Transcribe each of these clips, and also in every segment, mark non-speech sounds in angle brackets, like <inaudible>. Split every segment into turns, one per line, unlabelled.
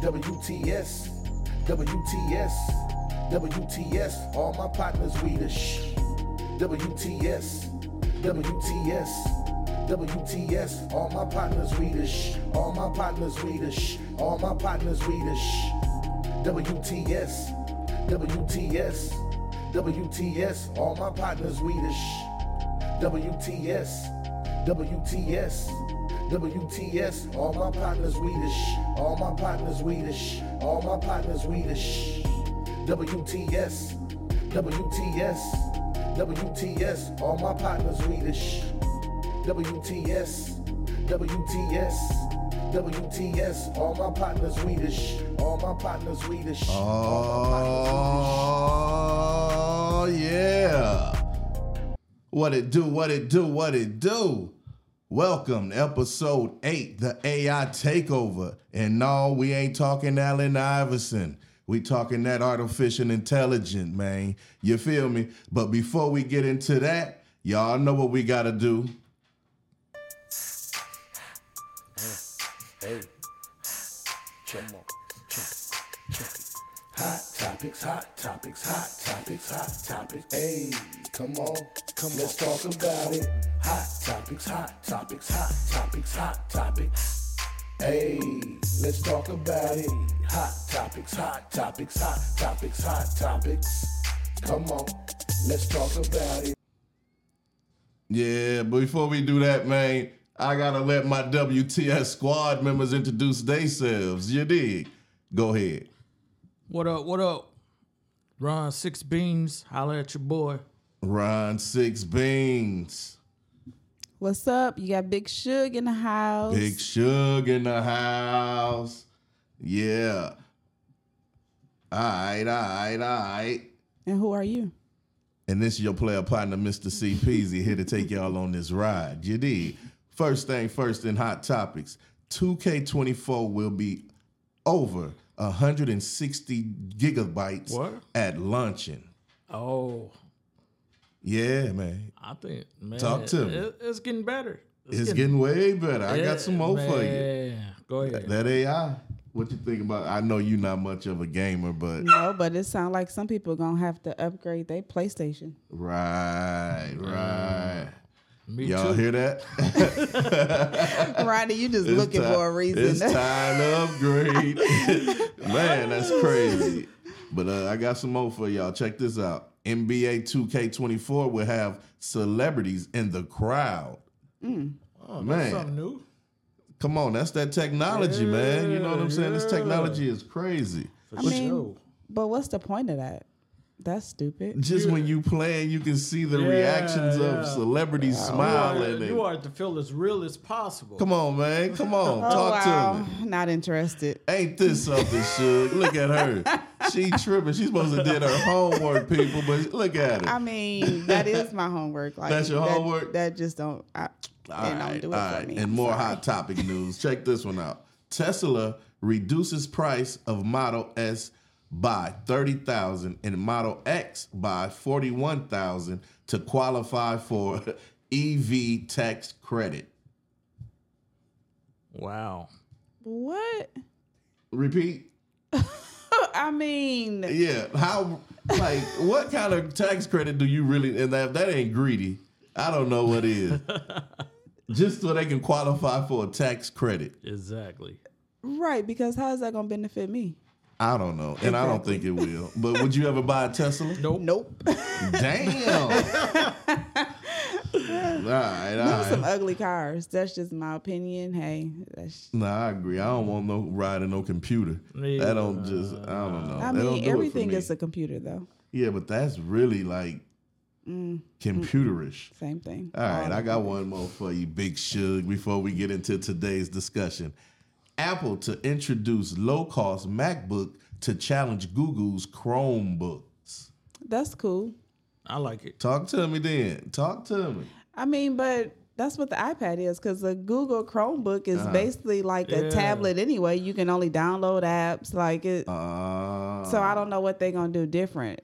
WTS, WTS, WTS. All my partners, we the sh. WTS, WTS, WTS. All my partners, we the sh. All my partners, we the sh. All my partners, we the sh. WTS, WTS, WTS. All my partners, we the sh. WTS, WTS, WTS. All my partners, we the sh. All my partners, we the sh. All my partners, we the sh. WTS, WTS, WTS. All my partners, we the sh. WTS, WTS, WTS. All my partners, we the sh. All my partners, we the sh.
Oh yeah. What it do, what it do, what it do. Welcome to episode eight, the AI takeover. And no, we ain't talking Allen Iverson. We talking that artificial intelligence, man. You feel me? But before we get into that, y'all know what we gotta do.
Hey, check, check, check. Hot topics, hot topics, hot topics, hot topics. Hey, come on, come let's talk about it. Hot topics, hot topics, hot topics, hot topics. Hey, let's talk about it. Hot topics, hot topics, hot topics, hot topics. Come on, let's talk about it.
Yeah, but before we do that, man, I gotta let my WTS squad members introduce themselves. You dig? Go ahead.
What up? What up? Ron Six Beams, holla at your boy.
Ron Six Beans.
What's up? You got Big Suge in the house.
Big Suge in the house. Yeah. Alright, alright, alright.
and who are you?
And this is your player partner, Mr. C. Peasy, here to take y'all on this ride. You dig? First thing first in hot topics 2K24 will be over 160 gigabytes
What?
at launching.
Oh,
Yeah, man.
I think man,
Talk to me.
it- it's getting better.
It's getting way better. I got some more for you.
Yeah, go ahead.
That AI. What you think about? I know you're not much of a gamer,
<laughs>
but
No, but it sounds like some people gonna have to upgrade their PlayStation. <laughs>
right, right.
Me
Y'all
too.
hear that?
<laughs>
Rodney, you just
It's
looking
ti-
for a
It's
<laughs> reason.
time to upgrade.
<laughs>
Man, that's crazy. But uh, I got some more for y'all. Check this out. NBA 2K24 will have celebrities in the crowd.
Oh,
man.
that's something new.
Come on, that's that technology, man. You know what I'm saying? This
Yeah.
technology is crazy.
For
I
sure.
mean, but what's the point of that? That's stupid.
Just when you playing, you can see the
Yeah,
reactions
yeah.
of celebrities
you are,
smiling. and-
you are Oh, to feel as real as possible.
Come on, man. Come
<laughs>
on, talk to me.
Oh, <laughs> Not interested.
Ain't this something, Suge? Look at her.
<laughs>
She tripping. She's supposed to did her homework, people. But look at her.
I mean, that is my homework. Like
That's your
that-
homework?
That just don't. I,
All
they don't
right,
do it
all
for
right.
me.
And
I'm
more
sorry.
hot topic news. Check this one out. Tesla reduces price of Model S by thirty thousand and Model X by forty one thousand to qualify for <laughs> EV tax credit.
Wow.
What?
Repeat.
I mean,
Yeah. How? Like, what kind of tax credit do you really? And that that ain't greedy. I don't know what
<laughs>
is. Just so they can qualify for a tax credit.
Exactly.
right? Because how is that gonna benefit me?
I don't know, and I don't think it will. But would you ever buy a Tesla?
Nope.
Nope. <laughs>
Damn. all right, all
Some
right.
ugly cars. That's just my opinion. Hey, that's,
Nah, I agree. I don't want no riding no computer.
Me
That don't just. I don't know.
I
that don't
mean,
do
everything
it for me.
is a computer though.
Yeah, but that's really like
Mm,
computerish.
Same thing.
All right, I got one more for you, Big Shug, before we get into today's discussion. Apple to introduce low cost MacBook to challenge Google's Chromebooks.
That's cool.
I like it.
Talk to me then. Talk to me.
I mean, but that's what the iPad is because the Google Chromebook
Uh-huh.
is basically like a
Yeah.
tablet anyway. You can only download apps like it.
Uh, Uh-huh.
so I don't know what they're gonna do different.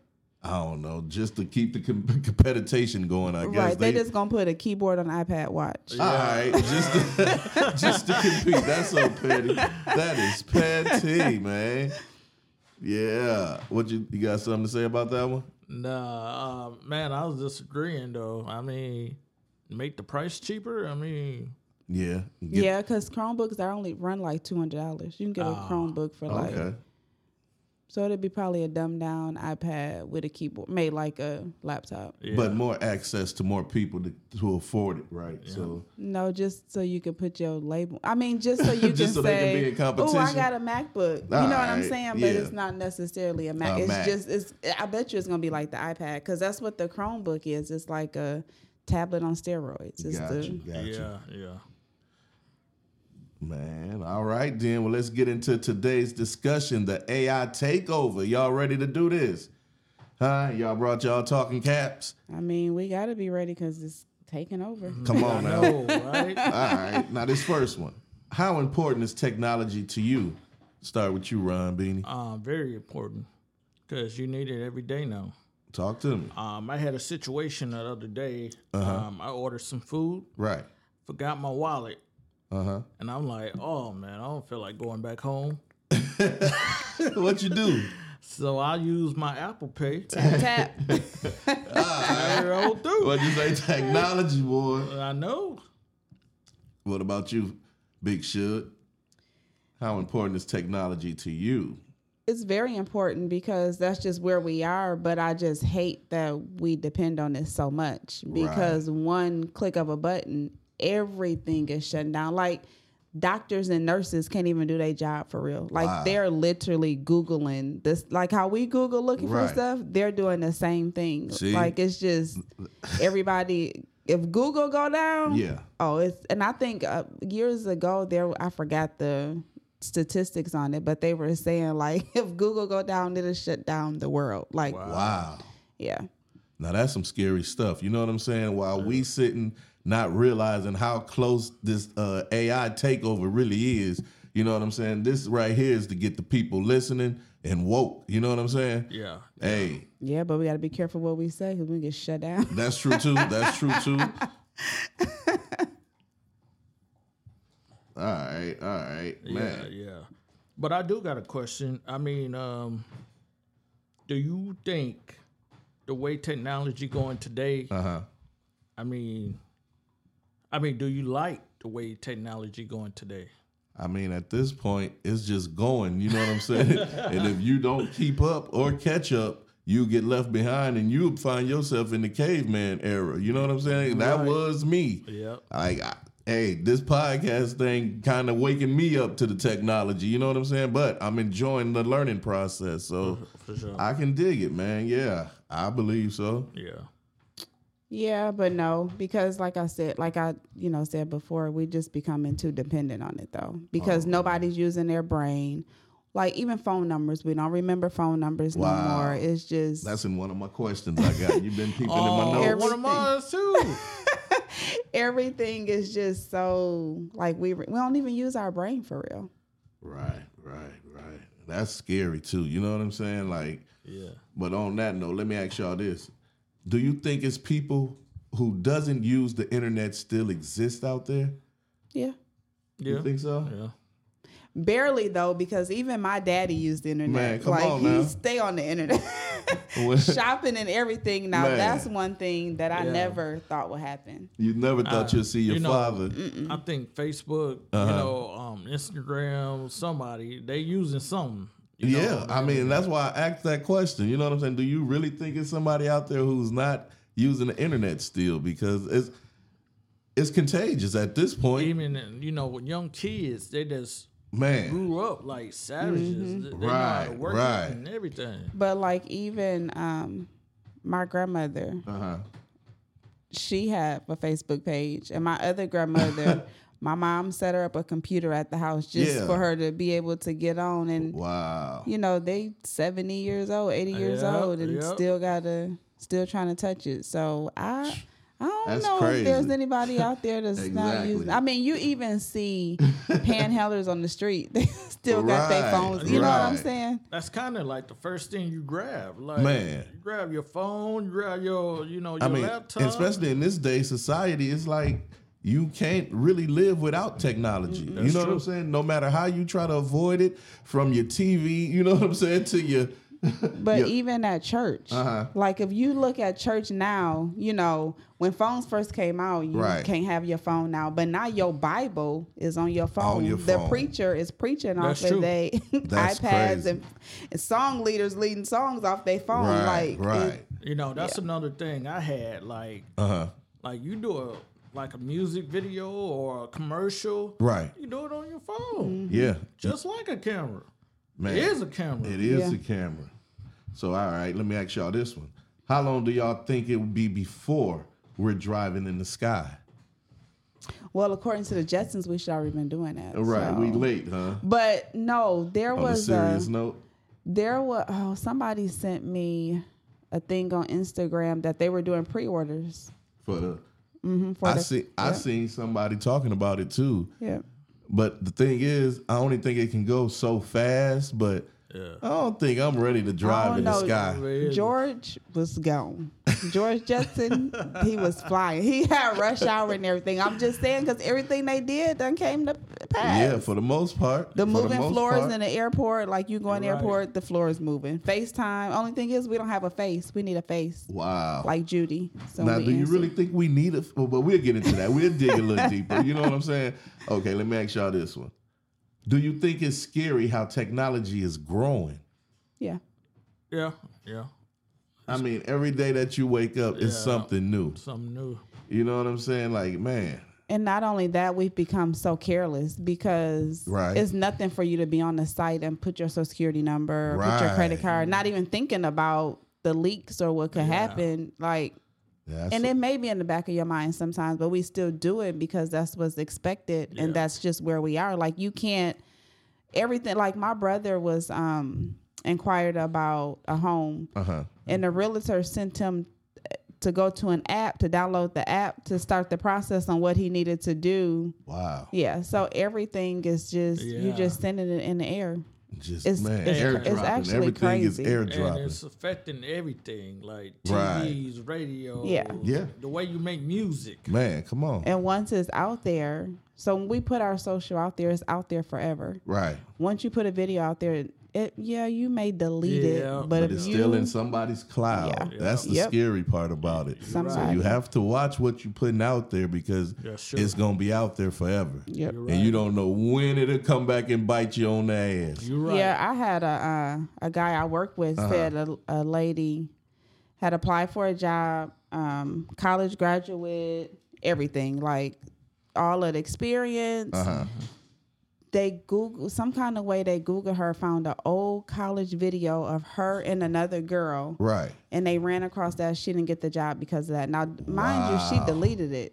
I don't know, just to keep the com- competition going. I guess
right. They, just gonna put a keyboard on iPad
<laughs>
watch.
All right, just to, <laughs> just to compete. That's so petty. That is petty, man. Yeah. What you you got something to say about that one?
Nah, uh, man, I was disagreeing though. I mean, make the price cheaper. I mean,
Yeah. Get-
yeah, because Chromebooks they only run like two hundred dollars. You can get a Chromebook for like
Okay.
so it'd be probably a dumbed down iPad with a keyboard made like a laptop.
yeah.
But more access to more people to, to afford it, right? So
No, just so you can put your label. I mean, just so you
<laughs> Just
can
so they can be
say,
in
"Oh, I
competition."
got a MacBook." You know what I'm
Alright,
saying? But
yeah.
it's not necessarily a Mac.
A
it's
Mac.
just it's. I bet you it's gonna be like the iPad because that's what the Chromebook is. It's like a tablet on steroids. It's
gotcha,
the
gotcha.
yeah, yeah.
Man, all right then. Well, let's get into today's discussion, the AI takeover. Y'all ready to do this? Huh? Y'all brought y'all talking caps?
I mean, we gotta be ready because it's taking over.
Come
<laughs>
on now.
No, Oh, right?
All right. Now this first one. How important is technology to you? Start with you, Ron Beanie.
Uh, very important because you need it every day now.
Talk to me.
Um, I had a situation the other day. Um, I ordered some food,
Right.
forgot my wallet,
Uh huh.
and I'm like, oh man, I don't feel like going back home.
<laughs> what you do?
So I use my Apple Pay.
<laughs> Tap.
I roll through.
What you say? Technology, boy.
I know.
What about you, Big Shug? How important is technology to you?
it's very important because that's just where we are but i just hate that we depend on this so much because one click of a button everything is shutting down like doctors and nurses can't even do their job for real like they're literally googling this like how we google looking
Right.
for stuff they're doing the same thing
See?
like it's
<laughs>
just everybody if google go down
Yeah.
Oh, it's and I think uh, years ago there I forgot the statistics on it, but they were saying like <laughs> if Google go down, it'll shut down the world. Like
Wow.
yeah,
Now that's some scary stuff. You know what I'm saying? While we sitting not realizing how close this uh, AI takeover really is. You know what I'm saying? This right here is to get the people listening and woke. You know what I'm saying?
Yeah.
Hey,
yeah, but we got to be careful what we say because we get shut down. <laughs>
that's true too. That's true
<laughs>
too. All right, all right,
Yeah,
man.
yeah. But I do got a question. I mean, um, do you think the way technology going today?
Uh huh.
I mean, I mean, do you like the way technology going today?
I mean, at this point, it's just going. You know what I'm
<laughs>
saying? and if you don't keep up or catch up, you get left behind, and you find yourself in the caveman era. You know what I'm saying? That was me.
Yep.
Like, I, hey, this podcast thing kind of waking me up to the technology. You know what I'm saying? But I'm enjoying the learning process, so
<laughs> For sure.
I can dig it, man. Yeah, I believe so.
yeah.
yeah, but no, because like I said, like I you know said before, we just becoming too dependent on it though
Oh.
because nobody's using their brain. Like even phone numbers, we don't remember phone numbers
Wow.
no more. It's just
That's in one of my questions I got. You've been peeping in my
Oh,
notes.
every-
one of mine too.
everything is just so like we we don't even use our brain for real.
Right, right, right. That's scary too. You know what I'm saying? Like,
yeah.
but on that note, let me ask y'all this: Do you think it's people who doesn't use the internet still exist out there?
Yeah.
Yeah.
You think so?
Yeah.
Barely though, because even my daddy used the internet.
Man, come
like
on
he
now.
stay on the internet. <laughs>
<laughs> Well,
Shopping and everything. Now
Man.
that's one thing that I
Yeah.
never thought would happen.
you never thought you'd see your
Uh, you know-
father.
I think Facebook,
Uh-huh.
you know, um, Instagram, somebody they using something. you know?
yeah, I mean that's why I asked that question. You know what I'm saying? Do you really think it's somebody out there who's not using the internet still? Because it's it's contagious at this point,
Even you know, with young kids, they just
man.
grew up like savages. They know how to
Mm-hmm. Right,
work
right.
it and everything.
But like even um my grandmother,
Uh huh.
she had a Facebook page and my
<laughs>
other grandmother My mom set her up a computer at the house just
Yeah.
for her to be able to get on and
Wow.
you know they 70 years old 80 years
Yep,
old and
yep.
still gotta still trying to touch it so i i I don't
That's
know
crazy.
if there's anybody out there that's
<laughs>
not
Exactly.
using. I mean, you even
<laughs>
see panhandlers on the street; <laughs> they still got
Right,
their phones. You know what I'm
right.
saying?
That's kind of like the first thing you grab. Like,
Man.
you grab your phone, you grab your, you know, your
I mean,
laptop.
especially in this day society, it's like you can't really live without technology. you know what I'm
true.
saying? No matter how you try to avoid it, from your TV, you know what I'm saying, to your
But
Yeah.
even at church,
Uh-huh.
like if you look at church now, you know, when phones first came out, you
Right.
can't have your phone now. But now your Bible is on your phone.
your
the
phone.
preacher is preaching
That's
off
true.
of their <laughs>
That's
iPads
crazy.
and, and song leaders leading songs off their phone.
right,
Oh, like
right,
it-
you know, that's another thing I had. Like,
uh huh,
like you do a like a music video or a commercial.
right,
You do it on your phone,
yeah,
just like a camera.
man,
It is a camera.
It is
Yeah.
the camera. So, all right, let me ask y'all this one: How long do y'all think it would be before we're driving in the sky?
well, according to the Jetsons, we should already been doing that.
Right, we
so.
late, huh?
But no, there
On a
was uh, a,
serious note,
there was oh somebody sent me a thing on Instagram that they were doing pre-orders.
for the
Mhm, for
I
the-
see. I seen somebody talking about it too.
Yeah.
But the thing is, I only think it can go so fast. But I don't think I'm ready to drive
don't
in the
know.
sky.
It is.
Oh, George was gone. George Jetson, he was flying. He had rush hour and everything. I'm just saying because everything they did done came to pass.
Yeah, for the most part.
The
for
moving
most
floors
part.
in the airport, like you go in the
Right.
airport, the floor is moving. FaceTime. Only thing is, we don't have a face. We need a face,
wow.
like Judy. So
now,
we
do you
answer.
really think we need it? Well, but we'll get into that. We'll dig a
<laughs>
little deeper. You know what I'm saying? Okay, let me ask y'all this one. Do you think it's scary how technology is growing?
Yeah.
Yeah, yeah.
I mean, every day that you wake up is
Yeah.
something new.
Something new.
You know what I'm saying? Like, man,
And not only that, we've become so careless because
Right.
it's nothing for you to be on the site and put your social security number, or put your
Right.
credit card, not even thinking about the leaks or what could happen. Like,
that's
and it may be in the back of your mind sometimes, but we still do it because that's what's expected
Yeah.
and that's just where we are. Like, you can't everything. Like, my brother was um inquired about a home
uh huh.
and the realtor sent him to go to an app to download the app to start the process on what he needed to do.
Wow.
Yeah, so everything is just you
Yeah.
just sending it in the air.
Just
It's-
man,
it's-
airdropping.
it's actually
Everything
crazy.
is
And
airdropping.
it's affecting everything, like
Right.
TVs, radio.
Yeah.
Yeah.
The way you make music.
Man, come on.
And once it's out there, so when we put our social out there, it's out there forever.
right.
Once you put a video out there, it yeah you may delete
Yeah,
it, but,
but
if
It's
you
still in somebody's cloud.
Yeah.
That's the
Yep.
scary part about it. So
Somebody.
you have to watch what you're putting out there because
Yeah, sure.
it's gonna be out there forever.
Yep.
You're
And you
right.
don't know when it'll come back and bite you on the ass.
You're right.
Yeah, I had a uh, a guy I worked with
Uh-huh.
said a, a lady had applied for a job, um, college graduate, everything like all of the experience.
Uh-huh.
They Google some kind of way they Google her, found an old college video of her and another girl,
Right.
and they ran across that. She didn't get the job because of that. Now, mind you, she deleted it.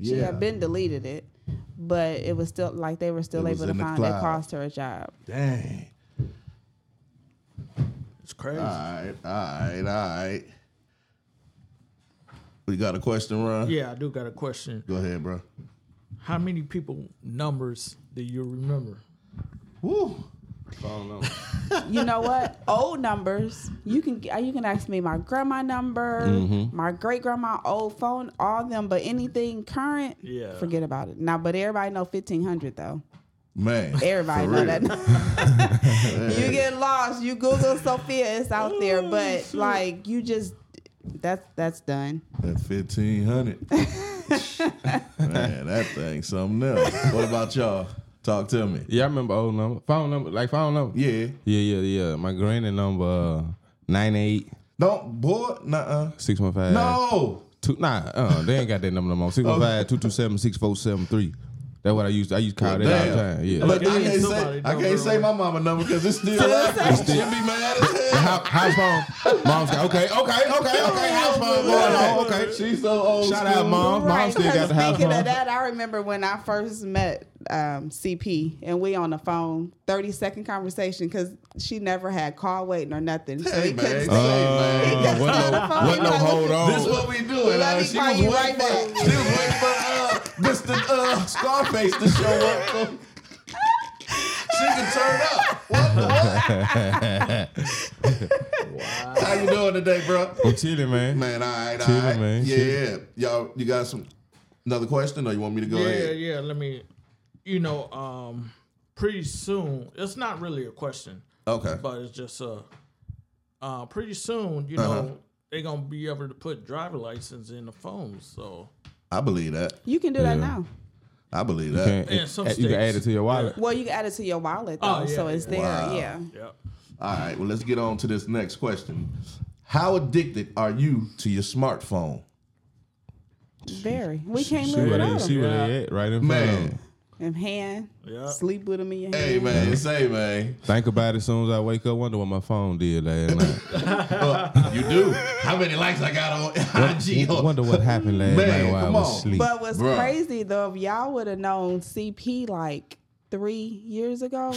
She
Yeah.
had been deleted it, but it was still like they were still
It was
able to
in the
find that
cloud.
cost her a job.
Dang.
It's crazy.
All right. All right. All right. We got a question, Ron.
yeah, I do got a question.
Go ahead, bro.
How many people numbers do you remember?
Woo.
you know what? Old numbers. You can uh, you can ask me my grandma number,
Mm-hmm.
my great grandma old phone, all them. But anything current,
Yeah.
forget about it. Now, but everybody know fifteen hundred though.
Man.
Everybody
For
know
real.
that.
<laughs>
you get lost. You Google Sophia, it's out there. But like you just that's that's done.
That fifteen
<laughs>
hundred. Man, that thing something else. What about y'all? Talk to me.
Yeah, I remember old number, phone number, like phone number.
Yeah.
yeah, yeah, yeah. My granny number uh, nine eight
Don't boy. Nuh uh.
six one five.
No.
two, nah, uh, they ain't got that number no more. Six one five two two seven six four seven three. That's what I used. I used to call that all the time. Yeah,
But I
Look, I
can't
ain't somebody
say I
number
can't say
on-
<laughs>
my mama number because it's still active. She'll be mad as hell.
<laughs> hou- house phone. Mom's got okay, okay, okay, okay. House phone going on. Okay.
She's so old.
Shout out,
school.
mom. Mom
Right,
still got
because
the house
Speaking
phone.
of that, I remember when I first met um, CP and we on the phone, 30 second conversation because she never had call waiting or nothing. So
Hey
he
man.
couldn't see.
hey, man.
He couldn't
Uh, what
see on
no-
the phone.
what no
Like,
hold on.
This what we doing.
Oh. Let
uh,
me
she,
call
was
you
waiting
right
for,
back.
she was waiting for uh, Mr. Uh, Scarface to show up. So she can turn up. What the what? How you doing today, bro?
I'm chilling, man.
Man, all right, all
Chilling,
right.
man,
yeah,
chilling.
yeah. Y'all, you got some another question or you want me to go
yeah,
ahead?
yeah. Let me, you know, um, pretty soon. It's not really a question,
Okay.
but it's just uh, uh, pretty soon. You
Uh-huh.
know, they gonna be able to put driver license in the phones. So
I believe that.
You can do that now.
I believe that.
Can't-
In some
you can add it
states.
to your wallet.
Well, you can add it to your wallet though,
Oh, yeah,
so it's
yeah.
there.
Wow.
Yeah.
yeah.
All right, well, let's get on to this next question. How addicted are you to your smartphone?
Very. We can't
See
live
where they,
without
see
them.
where they at right in front of
Man.
them.
In hand,
Yeah.
sleep with them in your hand.
Hey, man, say, man.
Think about it. As soon as I wake up, wonder what my phone did last night.
You do. How many likes <laughs> I got on IG?
wonder what happened last
Man,
night while I
come on.
was asleep.
But what's
Bruh.
crazy though, if y'all would have known CP like three years ago,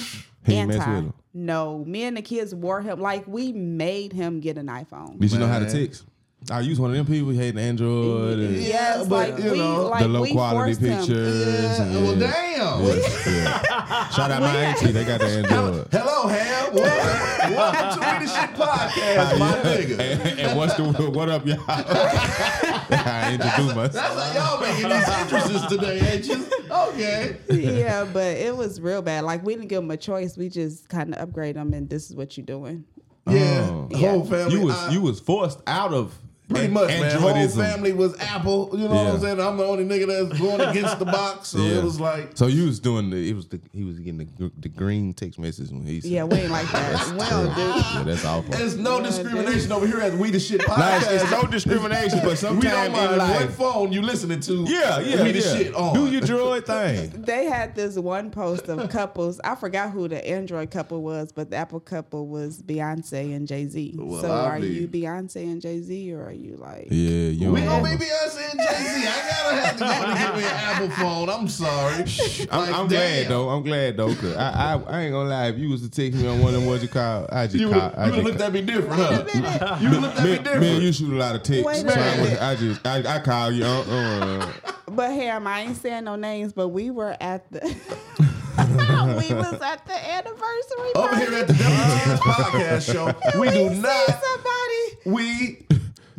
He ain't mess with him.
No, me and the kids wore him like we made him get an iPhone.
Did you know how to
Man.
text? I used one of them people who had the Android. And
Yes,
Yeah, but,
like
you
we
know,
like
the low
we
quality
forced him.
pictures.
Yeah,
and-
well, damn.
Yeah.
<laughs>
Shout out my auntie. They got the Android.
Hello, Ham. Welcome, welcome to We the Shit Podcast, <laughs> my nigga.
and, and what's the what up, y'all? <laughs> I introduce myself.
That's like y'all making these entrances today, ain't you? Okay.
<laughs>
Oh.
<laughs>
yeah, but it was real bad. Like we didn't give him a choice. We just kind of upgrade him, and this is what you're doing.
Yeah,
Oh.
whole family.
You was
I-
you was forced out of
Pretty much, man. Whole
Androidism.
family was Apple. You know what I'm
Yeah.
saying? I'm the only nigga that's going against the box. So
Yeah.
it was like,
So you was doing the it was the he was getting the, gr- the green text message when he said
Yeah, we
<laughs>
ain't like
<laughs>
that. well, dude.
yeah, that's awful.
there's no discrimination over here at We the Shit
Nah, it's,
Podcast.
it's no discrimination,
<laughs>
but
we
sometimes
don't mind
in
what
life,
phone you listening to.
yeah, yeah,
We the
yeah.
Shit on.
Do your
<laughs>
droid thing.
<laughs> They had this one post of couples. I forgot who the Android couple was, but the Apple couple was Beyonce and Jay Z.
Well,
so
I
are
be-
you Beyonce and Jay Z, or are you like?
Yeah, you.
we
don't
gonna
know.
be Beyonce and Jay Z. I gotta have to go to get me an Apple phone. I'm sorry.
<laughs> I'm, I'm glad though. I'm glad though. Cause I, I I ain't gonna lie. If you was to text me on one of them, what you call IG
You would
call, IG
have looked
call-
at me different, huh?
Wait a minute.
You would have looked at me
me, me and
different.
you shoot a lot of texts.
Wait
So
a
I, was,
minute.
I just I, I call you. Uh, uh,
But Ham, I ain't saying no names, but we were
<laughs>
at the <laughs> we was at the anniversary
Over
party.
here at the WTS Podcast Show, we do
See
not.
somebody
We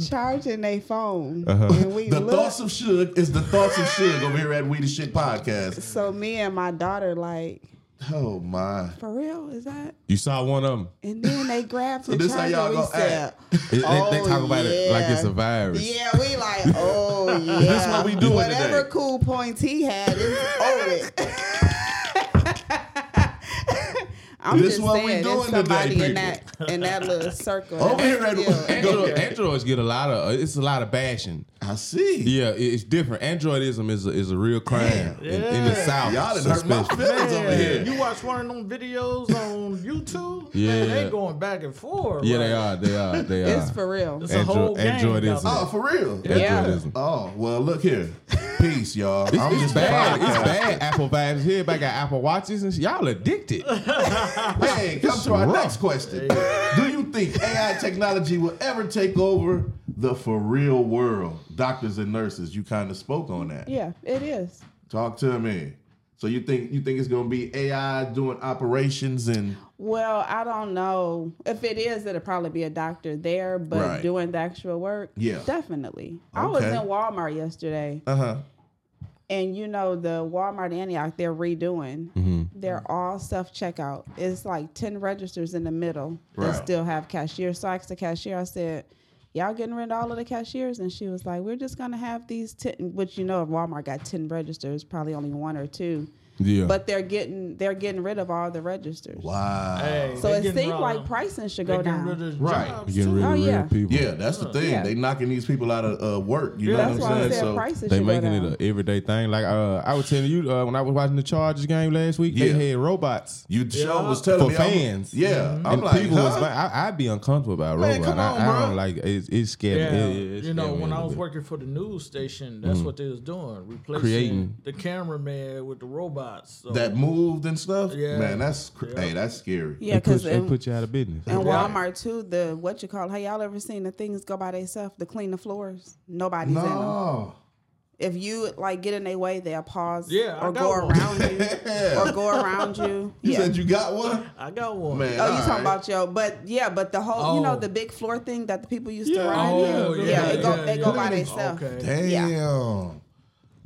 charging their phone,
Uh-huh.
and we
The
look.
thoughts of Suge is the thoughts of Suge over here at We the Shit Podcast.
so me and my daughter like,
Oh my!
for real is that?
you saw one of them.
And then they grabbed the
this how
charger.
y'all
we
gonna
said,
They, they- they
"Oh,
talk about it like it's a
yeah." <laughs>
virus.
Yeah, we like, oh yeah.
<laughs> This what we doing
Whatever
today.
cool points he had, it's
<laughs>
over <laughs> with. I'm
This
just
what we
saying, there's
doing today,
somebody in
people.
that in that little circle.
Over here at
Still-
Android, <laughs> Androids get a lot of it's a lot of bashing.
I see.
Yeah, it- it's different. Androidism is a, is a real crime
Damn.
in, in the
Yeah.
South.
Y'all done hurt my
especially.
feelings over
Man,
here.
you watch one of them videos on YouTube, man,
Yeah.
they going back and forth.
Yeah,
like,
they are. They are. They are.
It's for real.
It's a whole game,
Androidism.
Oh, for real?
Yeah.
Androidism.
Oh well, look here. Peace, y'all. I'm
It's
just
bad.
back.
It's bad. Apple vibes. Here, Everybody got Apple watches and shit. Y'all addicted.
Hey, come to our next question. Do you think AI technology will ever take over the for real world? Doctors and nurses, you kind of spoke on that.
Yeah, it is.
Talk to me. So you think you think it's gonna be AI doing operations and
Well, I don't know. If it is, it'll probably be a doctor there, but
Right.
doing the actual work,
Yeah.
definitely. I was
Okay.
in Walmart yesterday,
uh huh?
and you know the Walmart Antioch they're redoing.
Mm-hmm.
They're all self checkout. It's like ten registers in the middle
Right.
that still have cashiers. So I asked the cashier, I said. Y'all getting rid of all of the cashiers? And she was like, We're just gonna have these ten which you know if Walmart got ten registers, probably only one or two.
Yeah.
But they're getting they're getting rid of all the registers.
Wow.
Hey,
So
they
it
getting
seems
rid of
like
them.
pricing should
They
go
getting rid
down.
of
Right.
jobs,
Getting
too.
rid of
Oh,
real
yeah.
people.
Yeah, that's the thing.
Yeah.
They knocking these people out of uh, work. You
Yeah.
know
That's
what
why I
I'm saying?
said
So
prices
They
should go
making it
down.
an everyday thing. Like uh, I was telling you uh, when I was watching the Chargers game last week,
Yeah.
they had robots
you Joe
Yeah.
was telling
for
me I'm-
fans.
yeah,
Mm-hmm.
I'm
and
like,
people was
huh?
like, I, I'd be uncomfortable about
Man,
robots.
come on,
I, I
bruh.
don't like it's it's scary.
Yeah,
Yeah, yeah, it's
you know,
scared me
when
a
I
little
was
bit.
working for the news station,
Mm.
that's what they was doing, replacing
Creating.
the cameraman with the robots. So,
that moved and stuff.
Yeah.
Man, that's cr- hey, that's scary.
Yeah,
They
because
push- they put you out of business.
And
Right.
Walmart too. The what you call? Hey, y'all ever seen the things go by themselves to clean the floors? Nobody's in them.
No.
If you like get in their way, they'll pause.
Yeah, I
or
got
go
one.
around
<laughs>
you, or go around you.
<laughs> You
yeah.
said you got one?
I got one.
Man,
Oh,
all
you talking
right.
about your? But yeah, but the whole, you know,
Oh.
the big floor thing that the people used to
Yeah.
ride.
Oh, yeah,
in? yeah, it go,
yeah,
they go
yeah.
by themselves.
Okay.
Damn.
Yeah.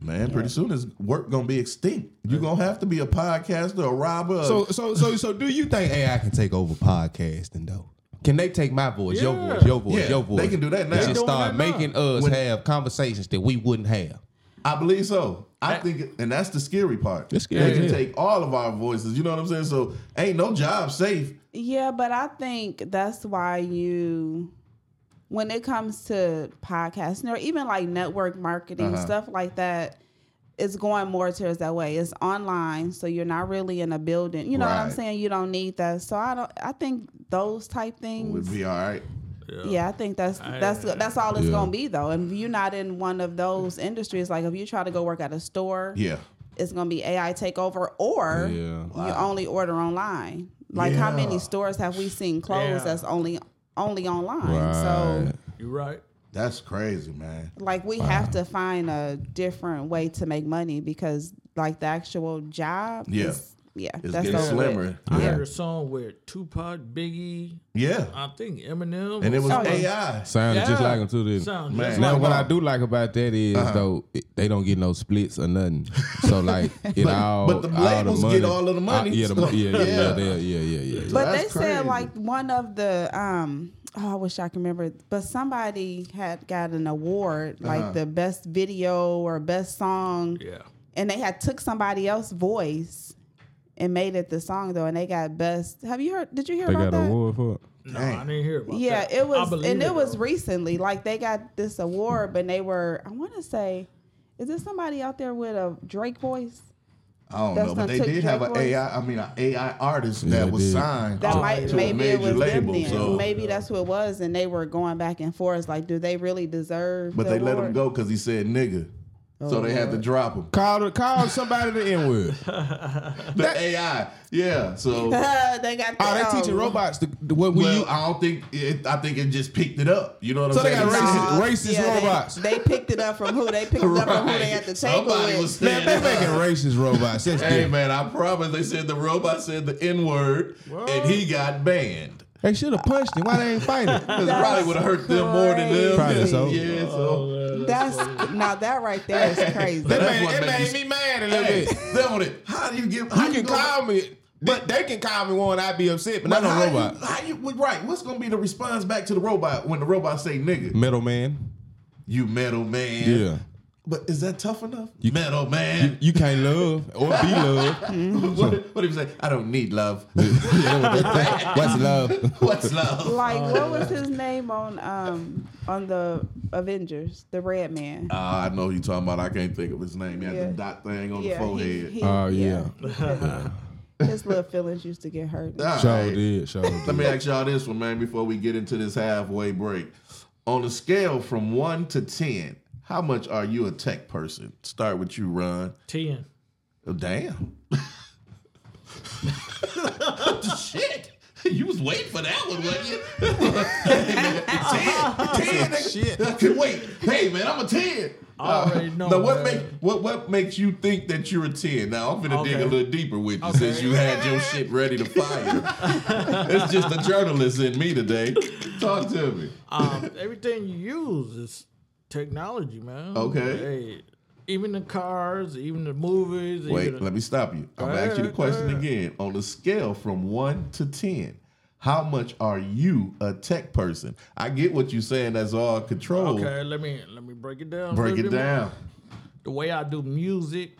Man, pretty soon this work gonna be extinct. You're gonna have to be a podcaster, a robber. a-
So so so so do you think AI can take over podcasting though? Can they take my voice, your
Yeah.
voice, your voice,
Yeah,
your
they
voice?
can do that
and
now. They
just
doing
start
that now.
making us have conversations that we wouldn't have.
I believe so. I
That-
think, and that's the scary part.
That's scary
They can
as hell.
take all of our voices. You know what I'm saying? So ain't no job safe.
Yeah, but I think that's why you, when it comes to podcasting or even like network marketing
Uh-huh.
stuff like that, it's going more towards that way. It's online, so you're not really in a building. You know what I'm
Right.
saying? You don't need that. So I don't. I think those type
Would
things.
be all right.
Yeah, I think that's that's that's all it's
Yeah.
gonna be though. And if you're not in one of those industries, like if you try to go work at a store,
Yeah.
it's gonna be AI takeover, or
Yeah.
you only order online. Like how
Yeah.
many stores have we seen close
Yeah.
that's only only online?
Right.
So
You right?
That's crazy, man.
like we have to find a different way to make money because like the actual job
Yeah.
is yeah,
It's
that's
getting
the only way.
slimmer.
I heard a song with Tupac, Biggie,
Yeah.
I think Eminem.
And it was
Oh, yeah.
AI.
Sounded just
Yeah.
like them too. Didn't.
Sound
Man.
just
Now,
like
what I do like Uh-huh. about that is, though it, they don't get no splits or <laughs> nothing. So like, it all
but the
all the
labels
money,
get all of the money.
Uh, yeah, the, yeah, yeah,
Yeah.
yeah, they- yeah, yeah, yeah, yeah.
But
That's
they said
crazy.
like one of the um oh, I wish I can remember, but somebody had got an award like
Uh-huh.
the best video or best song,
yeah.
and they had took somebody else's voice and made it the song though, and they got best. Have you heard? Did you hear
They
about
got a
that?
award for it.
No, I didn't hear about
Yeah,
that.
it
I
was,
believe
and it, was
though.
recently. Like they got this award, but they were I want to say, is there somebody out there with a Drake voice?
I don't
That's
know, but
not
they
took
did have an
Drake voice.
AI. I mean, an AI artist
Yeah,
that
they
was
did.
signed
That
to,
might
Oh, to a
maybe
major
it was
label.
them then.
so
maybe that's what it was, and they were going back and forth. Like, do they really deserve?
but
the
they let him
award?
go because he said nigga.
Oh,
so they had to drop him.
Call call somebody the
<laughs>
N word.
The AI. Yeah.
<laughs>
So
<laughs> they got.
Ah,
Oh,
the-
they teaching
um,
robots the, the what we
well,
use.
I don't think it, I think it just picked it up. You know what
So
I'm
they
saying?
got
It's-
racist-
uh,
racist
they-
robots.
They, picked it up from who? They picked it up from who they had
<laughs> Right.
to take
Somebody
with.
was
Man, they
standing
making racist robots. That's
Hey
good.
man, I promise they said the robot said the N word and he got banned.
They should have punched him. Why they ain't <laughs> fighting?
Because it probably would have hurt them more than them.
Probably so.
Yeah, so.
That's now that right there is crazy.
That
That's
made,
what
it
made
made
me-
me mad a little
Hey,
bit.
them on it. How do you get? How
You can
gonna-
call me, but they can call me one. I'd be upset, but
But
not no
how
robot.
You, how you? well, Right. What's gonna be the response back to the robot when the robot say nigga?
Metal man.
You metal man.
Yeah.
But is that tough enough? You, metal man.
You can't love or be <laughs>
<laughs>
loved.
what, what if you say? I don't need love.
<laughs> What's love?
<laughs> What's love?
Like, what was his name on um on the Avengers? The Red Man.
Uh, I know who you talking about. I can't think of his name. He had
Yeah.
the dot thing on the
yeah,
forehead.
he, he,
Oh, yeah.
His little feelings used to
<laughs>
get hurt.
All
Show
right.
did. Show
Let
did.
me ask y'all this one, man, before we get into this halfway break. On a scale from one to ten, how much are you a tech person? Start with you, Ron. <laughs>
ten.
Oh, damn. <laughs> Shit. You was waiting for that one, wasn't you? <laughs> ten, ten,
Shit.
nigga. Wait, hey man, I'm a ten.
I already know,
Now what
man.
make what what makes you think that you're a ten? Now I'm gonna dig
Okay.
a little deeper with you
Okay.
since you had your shit ready to
<laughs>
fire. it's just the journalist in me today. Talk to me.
Um, everything you use is technology, man.
Okay.
Hey, even the cars, even the movies.
Wait,
even the,
let me stop you. I'm gonna ask you the
Go ahead,
question
go ahead.
again. On a scale from one to ten, how much are you a tech person? I get what you're saying. That's all control.
okay. Let me let me break it down. a
Break
little
it
bit more.
down.
The way I do music,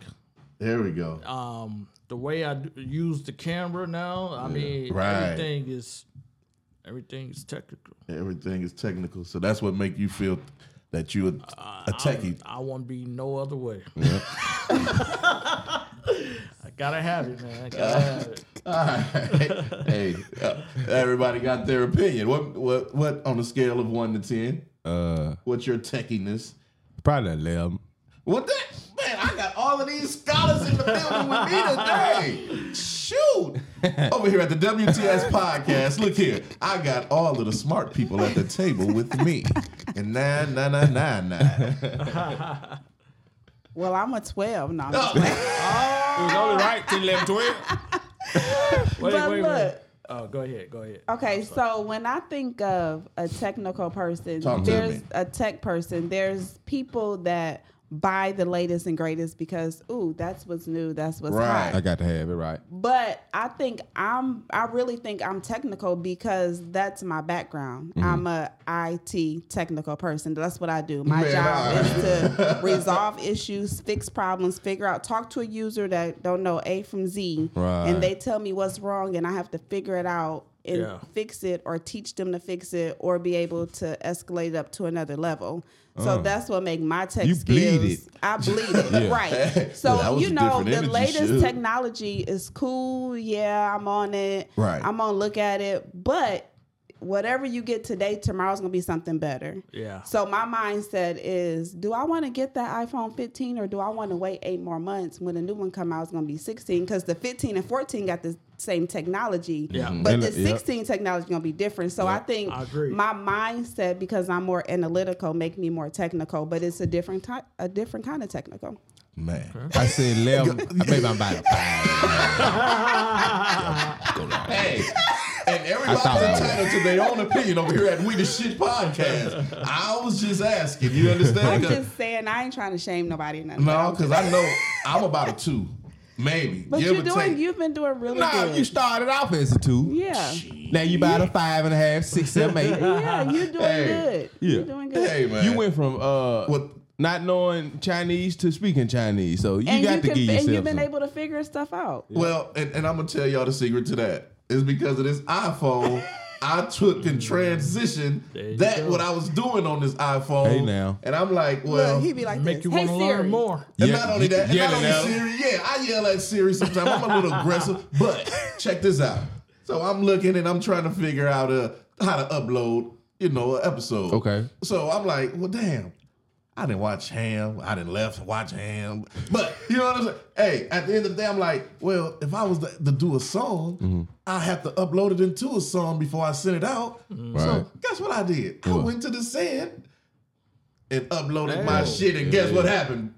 There we go.
um the way I d- use the camera now, I mean
Right.
everything is everything is technical.
Everything is technical, so that's what make you feel that you a,
uh,
a techie.
I want to be no other way. <laughs> I gotta have it, man. I gotta have it.
<laughs> All right. hey, uh, everybody got their opinion. What what what on a scale of one to ten?
Uh,
What's your techiness?
probably eleven.
What that man? I got all of these scholars in the building with me today. Shoot, over here at the WTS podcast. Look here, I got all of the smart people at the table with me. And nine, nine, nine, nine, nine.
Well, I'm a 12.
<laughs>
No, I'm just
Oh,
It was only right to eleven
Wait,
twelve.
wait,
But
wait.
look.
Oh, go ahead, go ahead.
Okay, so when I think of a technical person,
Talk to
there's
me.
a tech person, there's people that buy the latest and greatest because ooh, that's what's new, that's what's
Right.
I
hot.
got to have it right.
But I think I'm I really think I'm technical because that's my background.
Mm-hmm.
I'm a IT technical person. That's what I do. My
Man,
job
I- <laughs>
is to resolve issues, fix problems, figure out talk to a user that don't know A from Z
Right.
and they tell me what's wrong and I have to figure it out and
Yeah.
fix it or teach them to fix it or be able to escalate it up to another level. So
Uh.
that's what make my tech
You
skills.
bleed it.
I bleed
<laughs>
it. Right. So
That was
you
a
know
different
the
image you
latest
should.
technology is cool. Yeah, I'm on it.
Right.
I'm gonna look at it. But whatever you get today, tomorrow's gonna be something better.
Yeah.
So my mindset is, do I want to get that iPhone 15 or do I want to wait eight more months when the new one come out? It's gonna be 16 because the 15 and 14 got the same technology.
Yeah. Mhm.
But
And
the
it- yeah.
16 technology gonna be different. So I think
I agree.
my mindset because I'm more analytical make me more technical, but it's a different type, a different kind of technical.
man.
I said eleven. Maybe I'm about a five.
Hey, and everybody's
thought I was.
entitled to their own opinion over here at We the Shit Podcast. I was just asking, you
I'm
understand? 'Cause-
just saying, I ain't trying to shame nobody. or Nothing.
no, because I know I'm about a two, maybe.
but
give
you're
or
doing,
take.
you've been doing really
Nah,
good.
you started off as a two.
yeah,
Now you about a five and a half, six, seven,
<laughs>
eight.
yeah, you're doing
Hey.
good. You're
Yeah.
doing good. <laughs>
Hey man,
You went from uh
What-
not knowing Chinese to speaking Chinese, so you
and
got to
can,
give
fi-
yourself.
and you've been
some-
able to figure stuff out.
Well, and, and I'm gonna tell y'all the secret to that. It's because of this iPhone. I took
<laughs>
and transitioned
you
that
go.
what I was doing on this iPhone.
Hey, now.
And I'm like, well,
Look, he be like,
Make
this,
you
hey
want to
Siri.
learn <laughs> more.
and
Yeah,
not only
you-
that, and
yeah,
not only
now.
Siri, yeah, I yell at Siri sometimes. I'm a little
<laughs>
aggressive, but check this out. So I'm looking and I'm trying to figure out uh, how to upload, you know, an episode.
Okay.
So I'm like, well, damn. I didn't watch Ham. I didn't left and watch Ham. But you know what I'm saying? Hey, at the end of the day, I'm like, well, if I was to, to do a song,
Mm-hmm.
I have to upload it into a song before I send it out.
Mm-hmm. Right.
So guess what I did? I went to the sand and uploaded my
Oh,
shit. And guess what happened?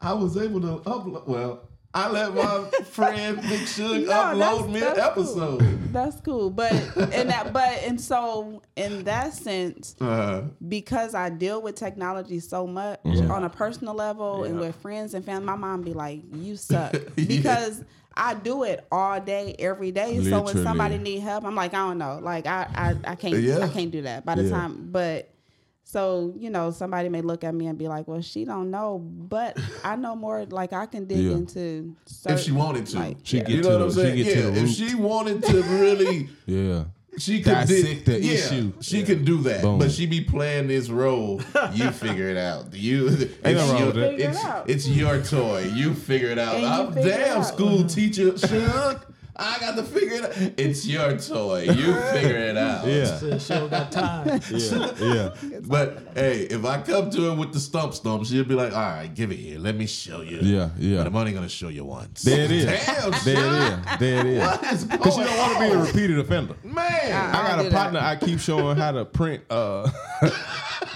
I was able to upload. Well, I let
<laughs>
my friend Big Suge
No, that's-
upload me an
that's cool.
episode.
That's cool, but and that, but and so in that sense,
Uh,
because I deal with technology so much on a personal level and
Yeah.
with friends and family, my mom be like,
<laughs>
"You suck," because I do it all day, every day. So when somebody
Literally.
need help, I'm like, "I don't know," like I, I, I can't,
Yeah.
I can't do that. By the
Yeah.
time, but. So you know, somebody may look at me and be like, "Well, she don't know," but I know more. Like I can dig
Yeah.
into certain,
if she wanted to,
like,
She
yeah.
get
you know
to
what I'm
the- she
saying?
get to
yeah,
the
if
root.
she wanted to really.
Yeah.
She could
Dissect
di-
the
yeah,
issue.
She can do that,
Boom.
but she be playing this role. You figure it out. You
<laughs>
it's
nothing wrong
your,
with that.
Figure it
it's,
out.
it's your toy. You figure it out.
And you
I'm
figure it
damn
out.
school teacher. Shug, I got to figure it out. It's your toy. You figure
<laughs>
it out.
Yeah.
She don't got time.
Yeah. Yeah.
But hey, if I come to her with the stump stump, she'll be like, "All right, give it here. Let me show you."
Yeah, yeah.
But I'm only gonna show you once.
There it is.
Damn.
There
Shug,
it is. There it
<laughs>
is.
What is going
Because you don't want to be a repeated offender.
man.
don't
I got
do
a
that.
partner I keep showing how to print. Uh,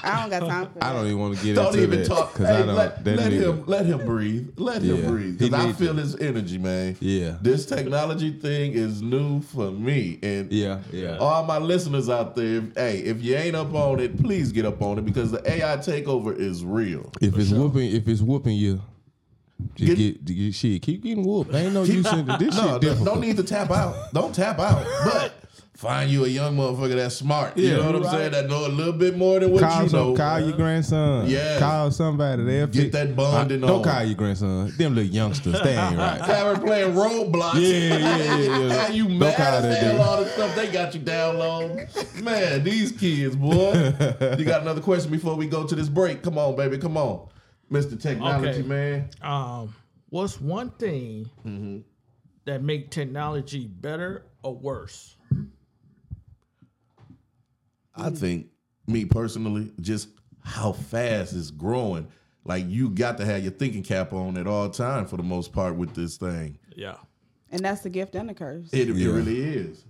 I don't got
<laughs>
time for that.
I don't even want to get
Don't
into
even
that,
talk.
'cause
Hey,
I don't.
let,
that
let
nigga-
him let him breathe. Let him
Yeah,
breathe.
he
Because I
need
feel his energy, man.
Yeah.
This technology thing is new for me. And
Yeah, yeah.
all my listeners out there, if- hey, if you ain't up on it, please get up on it because the AI takeover is real.
If it's whooping, if it's whooping you, just
Get-
get, get shit. Keep getting whooped. Ain't no use in this shit.
No,
Different.
don't need to tap out. Don't tap out. But Find you a young motherfucker that's smart. you
Yeah.
know what I'm
Right.
saying? That know a little bit more than what
Call,
you
some,
know.
call your grandson.
Yeah.
Call somebody. They'll
Get
fix-
that bonding
Don't
on.
call your grandson. Them little youngsters. They
<laughs>
ain't right.
Have her playing Roblox.
Yeah, yeah, yeah,
<laughs>
yeah.
How you
Don't
mad
call
as
that
hell
dude.
all the stuff they got you download. Man, these kids, boy.
<laughs>
you got another question before we go to this break? Come on, baby, come on, Mr. Technology
Okay.
Man.
Um, what's one thing that make technology better or worse?
I think me personally, just how fast it's growing. Like you got to have your thinking cap on at all time for the most part with this thing.
Yeah.
And that's the gift and the curse.
It, it
Yeah.
really is.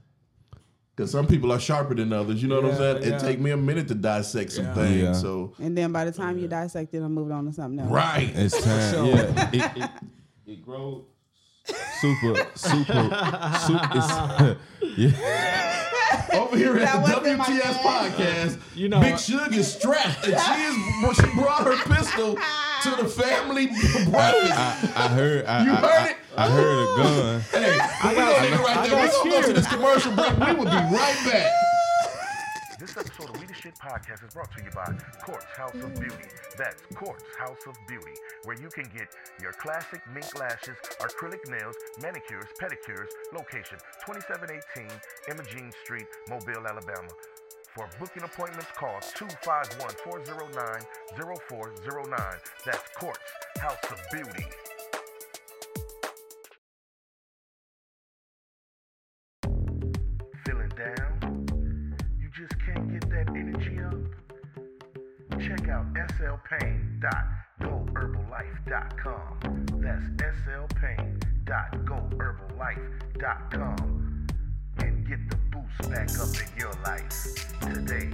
Because some people are sharper than others. You know what I'm
Yeah,
saying?
yeah.
It take me a minute to dissect some
Yeah.
things.
Yeah.
So
and then by the time you dissect it, I moved on to something else.
right.
It's time. Yeah. It, it, it grows super, super, super. It's, <laughs> yeah.
Over here at
That
the
wasn't my
WTS
bad.
podcast,
You know
Big
what?
Suge is strapped, and she is she brought her pistol to the family breakfast.
I, I heard. I,
You
I,
heard
I-
it?
I heard a gun.
Hey, we gonna leave it right there. We gonna go to this commercial break. We will be right back.
This episode of Leadership Podcast is brought to you by Courts House of Beauty. That's Courts House of Beauty, where you can get your classic mink lashes, acrylic nails, manicures, pedicures. Location 2718 Imogene Street, Mobile, Alabama. For booking appointments, call 251 409 0409. That's Courts House of Beauty. Feeling down? You just can't get that energy up? Check out slpain.goherbalife.com. That's slpain.goherbalife.com. And get the boost back up in your life today.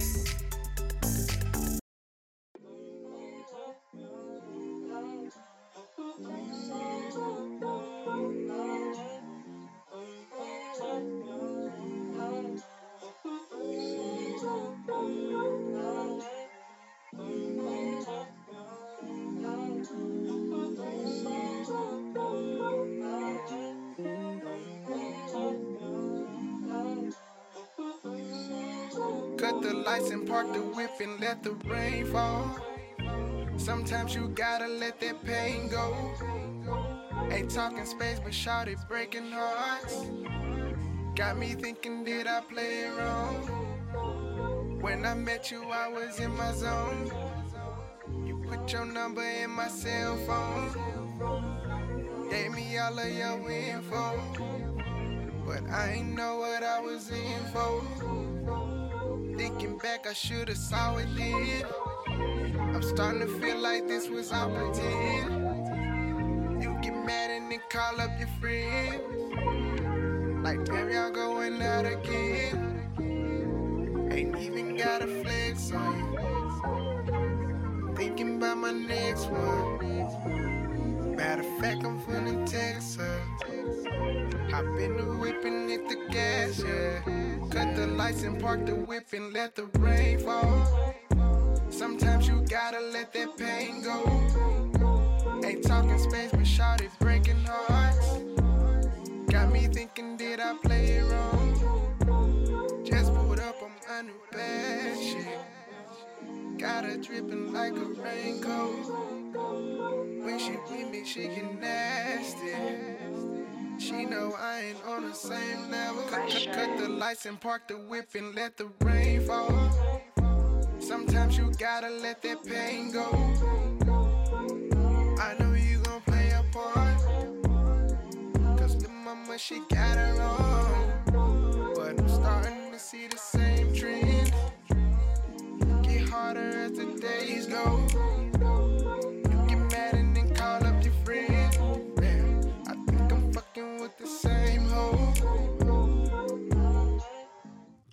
Cut the lights and park the whip and let the rain fall. Sometimes you gotta let that pain go. Ain't talking space, but shout it breaking hearts. Got me thinking, did I play it wrong? When I met you, I was in my zone. You put your number in my cell phone. Gave me all of your info. But I ain't know what I was in for. Thinking back, I should've saw it then. I'm starting to feel like this was all pretend. You get mad and then call up your friends. Like, damn, y'all going out again. Ain't even got a flex on you. Thinking about my next one. Matter of fact, I'm finna text her. Hop in the whip and hit the gas, yeah. Cut the lights and park the whip and let the rain fall. Sometimes you gotta let that pain go. Ain't talking space, but shout it's breaking hearts. Got me thinking, did I play it wrong? Just pulled up on my new bad shit. Got her dripping like a raincoat. When she with me, she get nasty. She know I ain't on the same level. Cut, cut, cut the lights and park the whip and let the rain fall. Sometimes you gotta let that pain go. I know you gon' play a part. Cause the mama, she got her own. But I'm starting to see the same trend. Get harder as the days go. You get mad and then call up your friend. Man, I think I'm fucking with the same hoe.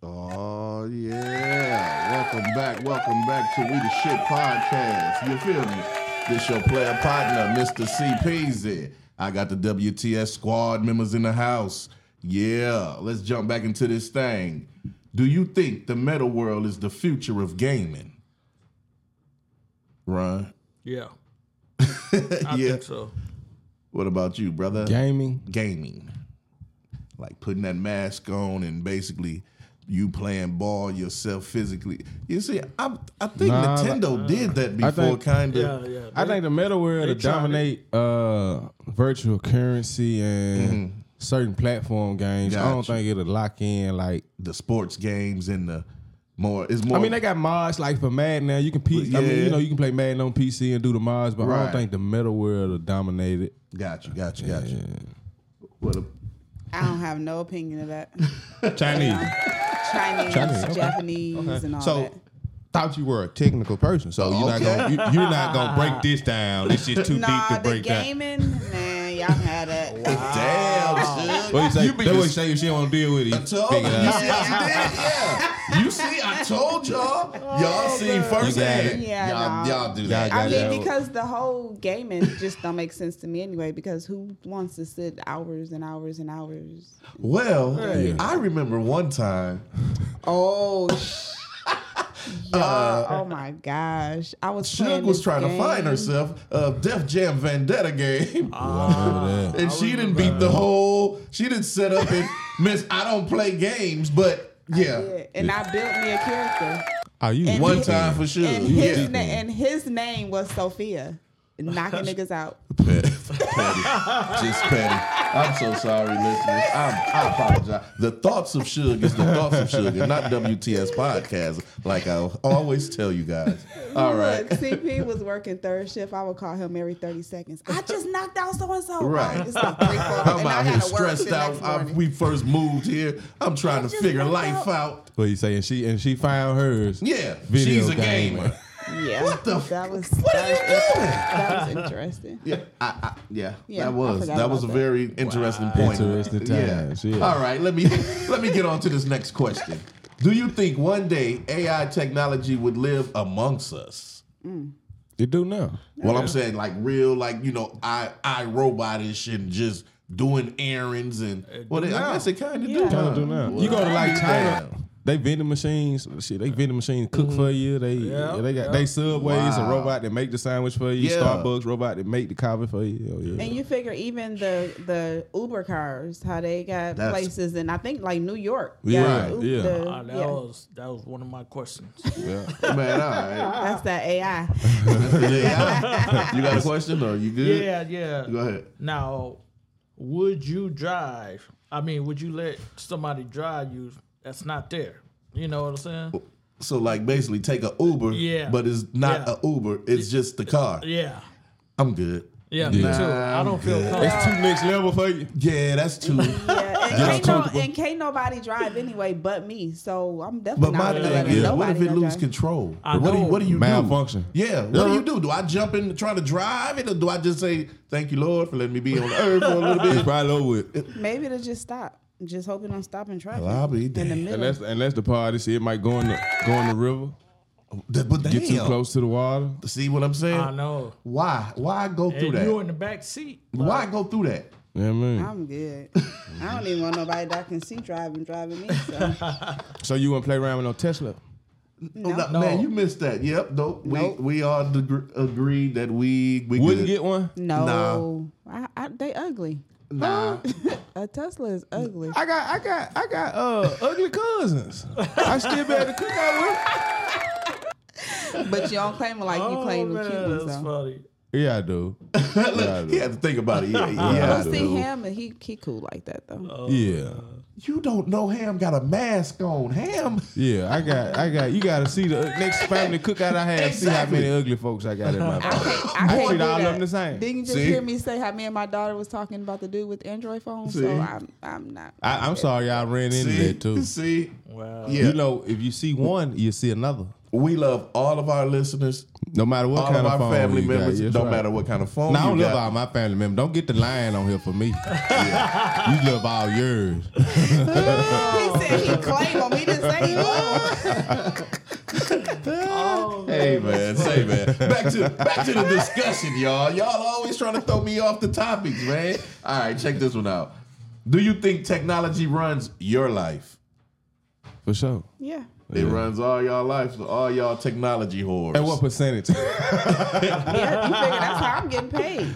Oh yeah! Welcome back, welcome back to We the Shit Podcast. You feel me? This your player partner, Mr. C Peasy. I got the WTS squad members in the house. Yeah, let's jump back into this thing. Do you think the meta world is the future of gaming? Ron,
Yeah.
<laughs> yeah.
I think so.
What about you, brother?
Gaming.
gaming, like putting that mask on and basically you playing ball yourself physically. You see, I I think
Nah,
Nintendo did that
I
before,
think-
kind of.
Yeah, yeah.
I think the meta world
they
to
tried it.
dominate uh, virtual currency and certain platform games. I don't
Mm-hmm. Gotcha.
think it'll lock in like.
the sports games and the more. It's more.
I mean, they got mods like for Madden now. You can P- I mean,
Yeah.
you know, you can play Madden on PC and do the mods, but I
Right.
don't think the meta world will dominate it.
got you, got you, got you. What a
I don't have no opinion of that.
Chinese.
Chinese,
Chinese, okay.
Japanese, and all
So,
that.
thought you were a technical person, so you're
Okay.
not gonna you, are not gonna break this down. This is too
nah,
deep to break
the
down.
gaming, man, y'all can have that.
damn. Shug.
What you say?
You be
That what you
just-
say. If she don't want to deal with it,
I told you.
figure
You see,
it out.
I did, yeah. You see, I told y'all. Y'all see firsthand.
Yeah,
y'all,
nah.
y'all do
Y'all
that.
got
I
it.
mean, because the whole gaming just don't make sense to me anyway. Because who wants to sit hours and hours and hours?
Well, I remember one time.
<laughs> Oh, sh- Yo, oh my gosh! I was.
Shug
playing
was
this
trying to
game.
find herself a Def Jam Vendetta <laughs> game. and she didn't
remember
beat the whole. She didn't set up
<laughs>
and miss. I don't play games, but yeah,
Yeah, and I built me a character,
Are you
And
one
he-
time for sure.
and
Yeah.
his na- and his name was Sophia, knocking niggas out.
<laughs> petty. petty. Just petty. I'm so sorry, listeners. I'm, I apologize. The thoughts of Suge is the thoughts of Suge, not WTS podcast, like I always tell you guys. All right.
Look, <laughs> CP was working third shift. I would call him every 30 seconds. I just
<laughs>
knocked out so and so.
Right. <laughs>
It's like three, four,
I'm
and I
out here
gotta work
stressed
the
out.
next
I, <laughs>
morning.
we first moved here. I'm trying to
just
figure
woke
life
up.
out.
What you saying? She and she found hers.
Yeah,
Video
she's a gamer.
gamer.
Yeah.
What the
That was.
What
that
are you
was
doing?
<laughs> That was interesting.
Yeah, I, I, yeah,
Yeah, I
that was
forgot
that was a
about that.
very interesting point.
Interesting times, yeah.
All right, let me let me get on to this next question. Do you think one day AI technology would live amongst us?
You do now.
Well, I'm saying like real, like you know, I I robotish and just doing errands and well, it, I guess it kind of do.
Uh, Yeah.
huh?
do now.
Well,
you go to like China.
damn.
They vending machines, shit. They vending machines cook for you. They
Yeah,
they got
yeah.
they subways a
Wow.
robot that make the sandwich for you.
Yeah.
Starbucks robot that make the coffee for you. Oh, yeah.
And you figure even the the Uber cars, how they got
That's-
places in I think like New York.
Yeah,
got
right,
the-
yeah.
the-
Ah, that
yeah,
was that was one of my questions.
Man, all right.
that's
<laughs>
that AI.
Yeah. you got a question or you good?
<laughs> yeah, yeah.
Go ahead.
Now, would you drive? I mean, would you let somebody drive you that's not there? You know what I'm saying?
So like basically take a Uber,
Yeah.
but it's not
Yeah.
a Uber. It's just the car.
Yeah.
I'm good.
Yeah, me too. I don't feel
It's
comfortable.
too next level for you.
Yeah, that's too.
Yeah, and, can't no, and can't nobody drive anyway but me. So I'm
But
definitely
my
not gonna let
thing is, what
nobody
if it
no
lose
drive.
control?
I
What do you,
know.
what do you do?
Malfunction.
Yeah, what do you do? Do I jump in and try to drive it, or do I just say thank you, Lord, for letting me be on earth for a
<laughs>
little
It's
bit?
probably over with.
Maybe it'll just stop. Just hope it don't stop in traffic.
Well, I'll be
in the
damned.
middle.
Unless unless the party see it might go in the go in the river,
But damn,
get too close to the water.
See what I'm saying?
I know.
Why? Why go through
And you in
that?
the back seat. like,
Why go through that?
You know what I mean?
I'm good. I don't even want nobody that can see driving driving me. So
so you wanna play around with no Tesla?
No, Man, you missed that. Yep. Nope.
Nope.
We we all degr- agreed that we we
Wouldn't
good.
get one.
no, I, I, they ugly.
nah.
A Tesla is ugly.
I got I got I got uh ugly <laughs> cousins. I still be able to cook out with. 'em.
But you don't claim it like you
Oh,
claim
man,
with Cubans
that's
though.
funny.
Yeah, I do. yeah, I
Look,
do.
he had to think about it. <laughs> Yeah, yeah, I
I
do.
see him and he he cool like that
Oh.
though.
yeah,
You don't know Ham got a mask on. Ham.
yeah. I got, I got. You got to see the next family cookout I have. See how
Exactly.
many ugly folks I got in
<laughs>
my
I
family.
can't, I can't
treat
do
all of
that.
them the same.
Didn't you just
See?
hear me say how me and my daughter was talking about the dude with the Android phone?
See?
So I'm I'm not.
I, I'm sorry, I ran into
<laughs> See,
that
<laughs>
too.
see,
Wow.
yeah.
You know, if you see one, you see another.
we love all of our listeners,
No matter what
all of
kind of,
our
phone
family
you
members.
got, yes,
don't
right.
matter what kind of phone.
No, I don't
you
love
got.
all my family members. Don't get the line on here for me. You love all yours.
He said he claimed him. He didn't say he loved him.
<laughs> Hey man, say man. Back to back
<laughs>
to the discussion, y'all. Y'all always trying to throw me off the topics, man. All right, check this one out. Do you think technology runs your life?
For sure.
Yeah.
It runs all y'all life, so all y'all technology whores.
At what percentage?
Yeah, you figure that's how I'm getting paid.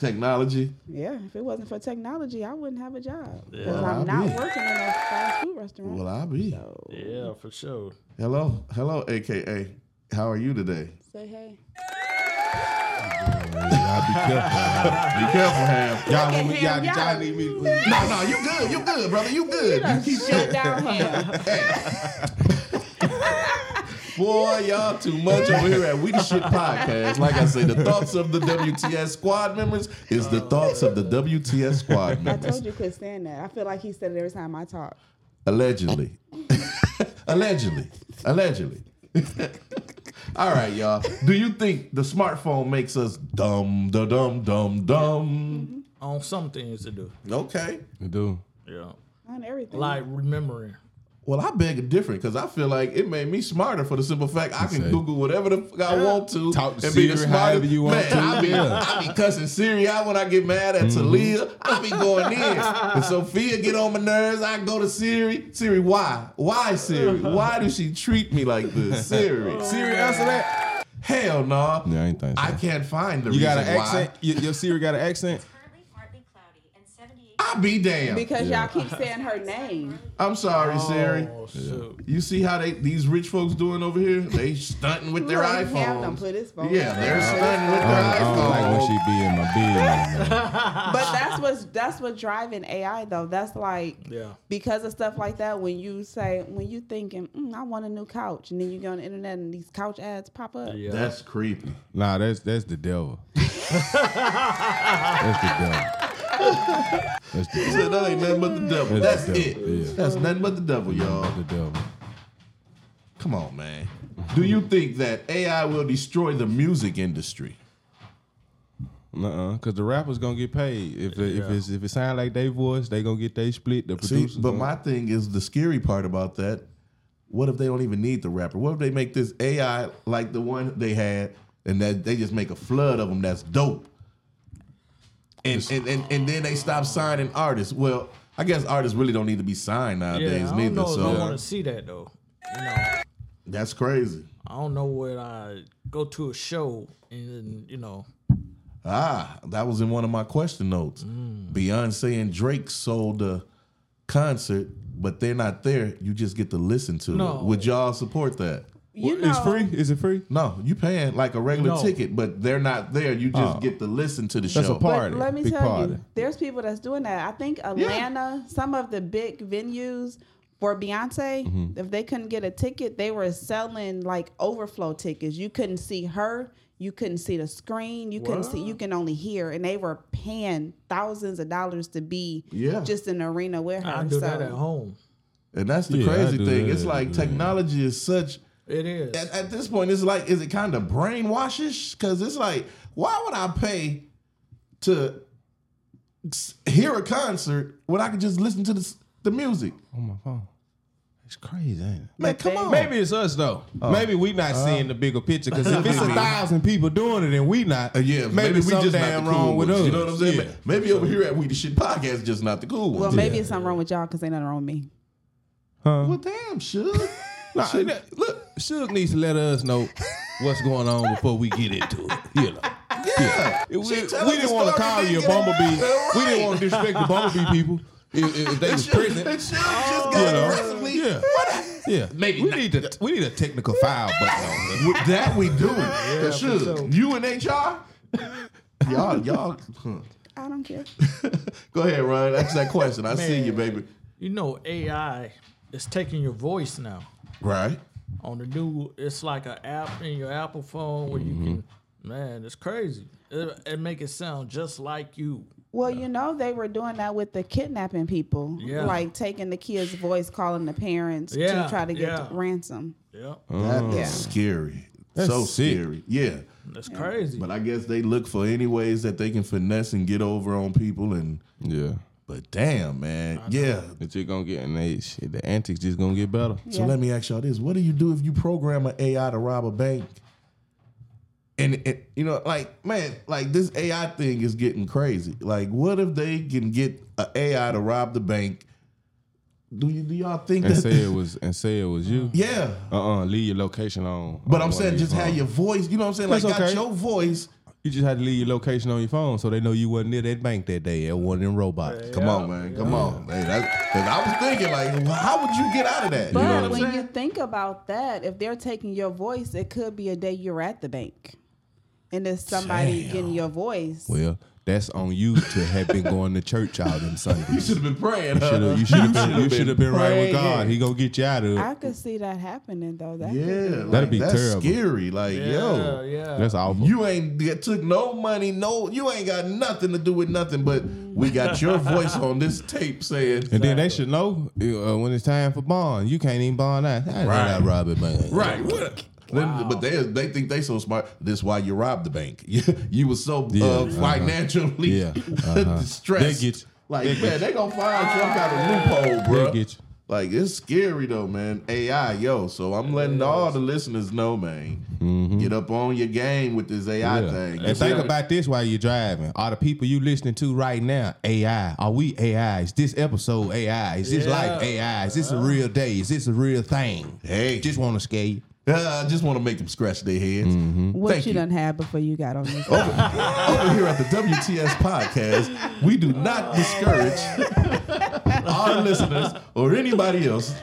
technology?
Yeah, if it wasn't for technology, I wouldn't have a job. Because I'm not working in a fast food restaurant.
Well, I be.
So,
Yeah, for sure.
Hello, hello, AKA. How are you today?
say hey.
Y'all be
<laughs>
careful. be careful, Ham.
Y'all,
Look at
want me,
him,
y'all, y'all,
y'all-
need me. To,
No, no, you good. You good, brother. You good. You keep
Shut down
<laughs>
here.
Boy, y'all too much over here at We the Shit Podcast. Like I say, the thoughts of the WTS squad members is the thoughts of the WTS squad
I
members.
told you quit saying that. I feel like he said it every time I talk.
Allegedly. <laughs> Allegedly. Allegedly. <laughs> All right, y'all. Do you think the smartphone makes us dumb, da dumb, dumb, dumb?
On some things to do.
Okay.
I do.
Yeah.
On everything.
Like remembering.
Well, I beg a different because I feel like it made me smarter for the simple fact I can
Say.
Google whatever the fuck I want to
Talk to
and be the
Siri
smartest.
however you want
Man,
to.
I be,
Yeah. Mm-hmm.
I be cussing Siri out when I get mad at Talia. I be going in. And Sophia get on my nerves. I go to Siri. Siri, why? Why Siri? Why does she treat me like
<laughs>
this? Siri. Siri, answer that. Hell no.
Yeah, I ain't think so.
I can't find the
You
reason
got an accent?
why.
Your, your Siri got an accent?
Currently partly cloudy and 78.
I be damned.
because y'all keep saying her name.
I'm sorry, Siri.
Oh, shoot.
You see how they these rich folks doing over here? They stunting with <laughs> their
Like,
iPhones.
have them put his phone.
Yeah, they're stunting with
I
their
don't, I don't like when
iPhones.
she be in my business. man.
But that's what's that's what driving AI though. That's like
Yeah.
because of stuff like that. When you say when you thinking, mm, I want a new couch, and then you go on the internet and these couch ads pop up.
Yeah.
That's creepy.
Nah, that's that's the devil. that's the devil. That's the devil.
That ain't nothing but the devil. That's,
That's the
it.
devil, yeah.
That's nothing but the devil, y'all.
The devil.
Come on, man. Do you think that AI will destroy the music industry?
Uh-uh, because the rappers gonna get paid if it, if it's if it sound like they voice, they gonna get they split. The
See,
producers,
but
gonna-
my thing is the scary part about that. What if they don't even need the rapper? What if they make this AI like the one they had, and that they just make a flood of them? That's dope. And and, and and then they stop signing artists. Well, I guess artists really don't need to be signed
Yeah,
nowadays
I don't
neither.
know if I
So
want to see that though. You know,
that's crazy.
I don't know when I go to a show and you know,
Ah, that was in one of my question notes.
Mm.
Beyonce and Drake sold the concert, but they're not there. You just get to listen to
No.
it. Would y'all support that?
You know,
it's free. Is it free?
No, you paying like a regular
No.
ticket, but they're not there. You just
Oh.
get to listen to the
That's
show.
a party.
But let me
big
tell
party.
you, there's people that's doing that. I think Atlanta, some of the big venues for Beyonce,
Mm-hmm.
if they couldn't get a ticket, they were selling like overflow tickets. You couldn't see her, you couldn't see the screen, you couldn't see, you can only hear, and they were paying thousands of dollars to be
Yeah.
just in the arena with her.
I do
so.
that at home.
And that's the
Yeah, I
crazy
do
thing.
that.
It's like technology is such.
It is.
At, at this point, it's like, is it kind of brainwashish? Because it's like, why would I pay to s- hear a concert when I could just listen to the, s- the music?
On my phone. It's crazy, ain't it?
Man, come
they-
on.
Maybe it's us though.
Oh.
Maybe we not seeing the bigger picture
<laughs>
because if it's a thousand people doing it and we not,
Uh, yeah,
maybe, we
something
just damn wrong with us.
You know what I'm saying?
Yeah.
Maybe over here at We the Shit Podcast, just not the cool
Well,
ones.
maybe it's something wrong with y'all because ain't nothing wrong with me.
Well, damn, <laughs> sure.
Nah, that- look, Suge needs to let us know what's going on before we get into it. You know.
Yeah.
We, we
tell us
didn't
the
want
story,
to call you a
nigga.
bumblebee.
Right.
We didn't want to disrespect the bumblebee people if, if they was
Shug-
present.
Shug just
You
got
know.
aggressively.
Yeah. Yeah,
Oh. Maybe
we
not.
need to we need a technical file button on here.
With that we
<laughs>
do. Yeah, sure. You and HR? y'all, y'all. huh.
I don't care.
Go ahead, Ryan. Ask that question. I see you, baby.
you know, AI is taking your voice now.
Right.
On the new, it's like an app in your Apple phone where you can.
Mm-hmm.
Man, it's crazy. It, it make it sound just like you.
Well, you know, they were doing that with the kidnapping people,
Yeah.
like taking the kids' voice, calling the parents
Yeah,
to try to get
yeah.
ransom.
Yeah,
That is
Yeah.
scary.
That's
so
sick.
scary. Yeah.
that's crazy.
But I guess they look for any ways that they can finesse and get over on people. And
Yeah,
but damn, man, yeah.
it's just gonna get and they shit, the antics just gonna get better.
So
Yeah.
let me ask y'all this: What do you do if you program an AI to rob a bank? And, and you know, like man, like this AI thing is getting crazy. Like, what if they can get an AI to rob the bank? Do you do y'all think
And
that? <laughs>
say it was and say it was you.
yeah,
Uh uh leave your location on.
but
on
I'm
one
saying
of
just
your
have your
phones.
voice. You know what I'm saying? Like,
That's
got
okay.
your voice
You just had to leave your location on your phone so they know you wasn't near that bank that day at one of them robots.
Come on, man. Come on. Hey, that, 'cause I was thinking, like, well, how would you get out of that?
But
You know?
what I'm
when
saying?
you think about that, if they're taking your voice, it could be a day you're at the bank, and it's somebody getting your voice.
Well, that's on you to have been going to church all them
You
Sundays.
should have been praying.
<laughs>
huh?
Shoulda- you should have been, you
been
should have been right with God.
praying.
He gonna get you out of
I
it.
could see that happening though. That could
Yeah,
be-
like,
That'd be
that's
terrible.
scary. Like, yo,
yeah.
That's awful.
you ain't get, took no money, no, you ain't got nothing to do with nothing. But we got your voice on this tape saying,
and then they should know uh, when it's time for bond. You can't even bond that. Right,
Right.
not rob it, man.
right? What? Them- but they they think they so smart. This why you robbed the bank. <laughs> You, you was so
Yeah,
uh,
uh-huh.
financially <laughs>
Yeah, uh-huh.
distressed.
They get you.
like
They
man,
get
they gonna find some kind of loophole, bro.
They get you.
Like it's scary though, man. AI, yo. So I'm letting all the listeners know, man. Get up on your game with this AI
Mm-hmm. Yeah.
thing.
And think about this while you're driving. Are the people you listening to right now AI? Are we AI? Is this episode AI? Is this
Yeah.
life AI? Is this a real day? Is this a real thing?
Hey.
just want to scare you.
Uh, I just want to make them scratch their heads.
Mm-hmm.
What
Thank
you,
you. Oh,
done had before you got on this?
Over, over here at the WTS podcast, we do not discourage our listeners or anybody else.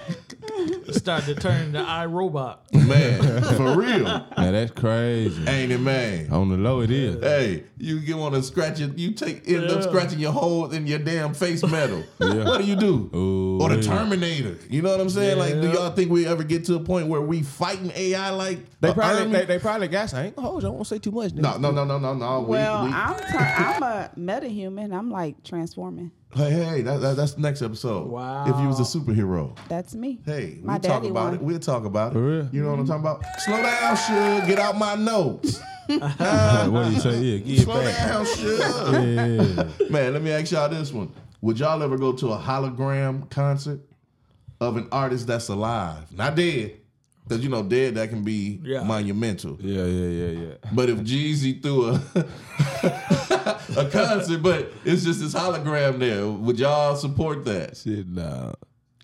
Start to turn the iRobot.
Man,
<laughs>
for real.
Now that's crazy.
Ain't it, man?
On the low, it is.
Hey, you get want to scratch it. You take end up scratching your hole in your damn face
<laughs>
metal. What do you do?
Ooh,
or the
wait.
Terminator. You know what I'm saying? Like, do
Yeah.
y'all think we ever get to a point where we fighting AI like
They
a
probably,
army?
they, they probably got. I ain't gonna hold you. I won't say too much. nigga.
no, no, no, no, no, no. We-
well,
we,
I'm t- I'm a metahuman. I'm like transforming.
Hey, hey, that, that, that's the next episode.
Wow.
If you was a superhero.
That's me.
Hey,
my
we'll talk
daddy
about
one.
it. We'll talk about it.
real?
You know what I'm talking about? Slow down, Suge. Get out my notes.
Uh, what do you say? Yeah, get
Slow
back.
down, Suge.
Yeah.
Man, let me ask y'all this one. Would y'all ever go to a hologram concert of an artist that's alive? Not dead. Because, you know, dead, that can be
Yeah.
monumental.
yeah, yeah, yeah, yeah.
But if Jeezy threw a <laughs> a concert, but it's just this hologram there, would y'all support that?
Shit, nah.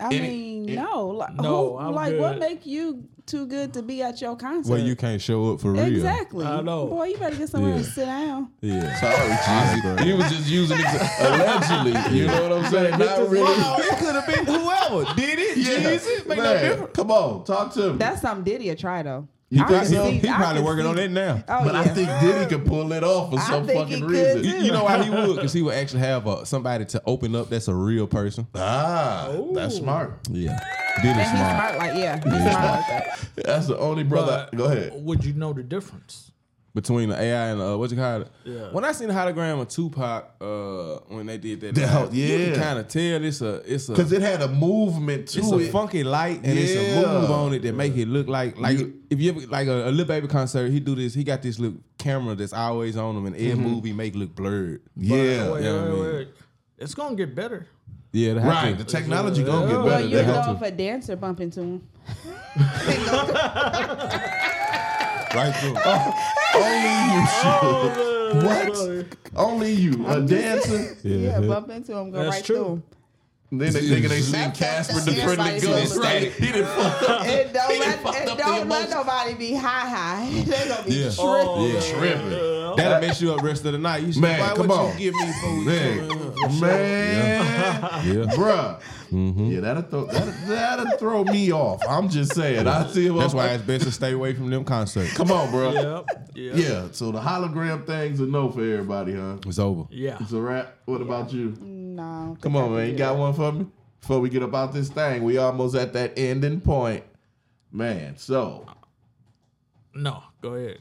I
Any-
mean, no, like,
No,
who,
I'm
like what
good.
make you too good to be at your concert?
Well, you can't show up for real.
exactly.
I know.
Boy, you better get somewhere
Yeah.
and sit down.
Yeah.
Sorry, Jeezy. He was just using
<laughs>
it
uh,
allegedly. You know what I'm saying? Not really.
it could have been whoever did it. Jeezy. Make no
Man,
difference.
Come on, talk to me.
That's something Diddy a try though.
He,
I
probably,
can
he,
see- I
probably
can
working
see-
on that now.
Oh
but
yeah.
I think Diddy could pull it off for
I
some
think he
fucking
could,
reason.
You, you know why he would? Because he would actually have a, somebody to open up that's a real person.
Ah, that's smart.
Yeah. Did it
and he's
smart.
smart like yeah, he's smart like that.
That's the only brother.
But
Go ahead.
Would you know the difference?
Between the AI and uh, what you call it?
Yeah.
When I seen the hologram of Tupac uh, when they did that,
Yeah,
live, you can
yeah.
kind of tell it's a it's
Because
a
it had a movement to
it's a
it.
funky light and it's a
Yeah.
move on it that make it look like like
You-
if you ever like a, a little baby concert, he do this. He got this little camera that's always on him, and every move he make look blurred.
Mm-hmm. yeah.
Wait,
yeah, I
wait,
mean-
wait. It's gonna get better.
Yeah, they have
Right. The
to-
technology gonna get
Well,
better.
you
They have
know
to.
if a dancer bump into him.
right through.
Oh,
Only you,
<laughs> Oh,
Suge. What? Only you, a dancer.
Yeah, bump into him, go
That's
right
true.
through him.
Then they thinking they seen Casper the Friendly
Everybody's
Ghost.
gonna
Right? He didn't fuck up.
And
He
don't
done
let,
fucked
and
up the
don't let
emotion.
nobody be high high. <laughs> they gonna be
Yeah. Oh,
tripping.
yeah.
Tripping.
That'll mess you up rest of the night. You should,
Man,
why
come
would
on.
you give me food?
Man, man,
Yeah.
bruh.
Mm-hmm.
Yeah, that'll throw that'll, that'll throw me off. I'm just saying. I see. him,
That's
I'm
why
like,
it's best to stay away from them concerts.
Come on, bruh.
Yep. Yeah.
<laughs> Yeah. So the hologram thing's a no for everybody, huh?
It's over.
Yeah.
It's a wrap. What about you?
No.
Come on, man. You got one for me? Before we get about this thing, we almost at that ending point, man. So
No. Go ahead.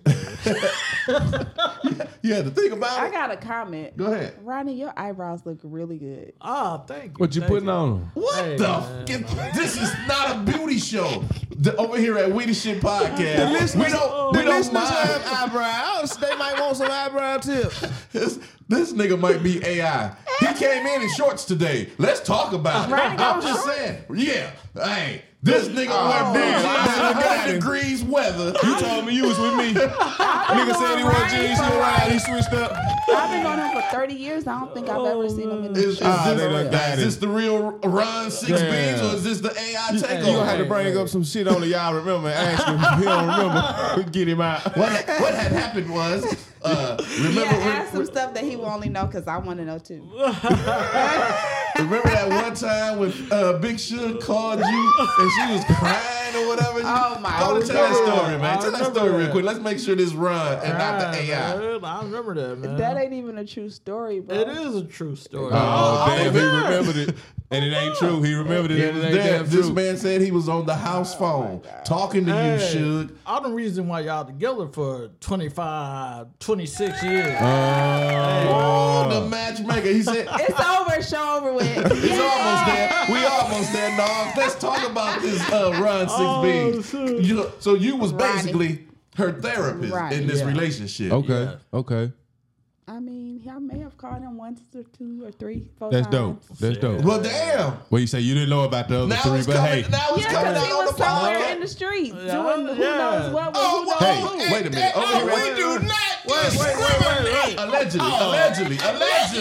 you had to think about
I
it.
got a comment.
Go ahead.
Ronnie, your eyebrows look really good.
Ah, thank you.
What you
thank
putting on?
What
Hey,
the? F- get- <laughs> this is not a beauty show. The- over here at We the Oh. Shit Podcast, we don't we don't mind.
eyebrows. They might want some eyebrow tips.
<laughs> This, this nigga might be AI. He came in in shorts today. Let's talk about it.
Right, he got
I'm just saying. Yeah. Hey, This nigga
man.
wore blue jeans in the <laughs> nine degrees weather.
You told me you was with me. <laughs> Nigga said he wore jeans, he lied, he switched up.
I've been on him for 30 years. I don't think I've ever seen him in
Is, is
this
Ah,
this,
they done got
is
it.
this the real Ron Six
Yeah.
Beans or is this the AI
You gonna
takeover?
have to bring up some shit on it y'all remember and ask him <laughs> if he don't remember. We get him out.
What, what had happened was, uh, remember,
Yeah, ask some stuff that he will only know because I want to know too.
remember that one time when uh, Big Suge called you and she was crying or whatever?
Oh, my
Go to tell that
God.
story, man.
I
Tell that
remember
story real
that.
quick. Let's make sure this Ron and not the AI.
Man, I remember that, man.
That ain't even a true story, bro.
it is a true story.
Oh,
I
damn,
was
he
there.
remembered it. And it ain't true. He remembered it.
He
and
was
it ain't
there.
damn
This
true.
man said he was on the house
Oh
phone talking to you,
Hey,
Suge.
I'm the reason why y'all together for 25, 26 years.
Oh, the matchmaker. He said,
It's over. Show over with.
It's almost there. We almost there, dog. Let's talk about this uh, Ron Six B.
shoot.
You, so you was
Oh, Ronnie.
basically her therapist
Ronnie.
in this
Yeah.
relationship.
Okay, okay.
I mean, I may have called him once or two or three, four
That's
times.
dope. That's dope.
Well, damn.
Well, you say you didn't know about the other
Now
three,
it's
but
coming.
hey.
Now it's
Yeah,
coming
because
out
he
on the
was somewhere in
podcast.
the street
Yeah,
doing who
yeah.
knows what. with
Oh,
who knows
whoa,
who.
hey, wait a minute.
Oh,
Over
wait,
here.
wait, wait,
Wait, wait, wait, wait, wait. Allegedly, allegedly, allegedly,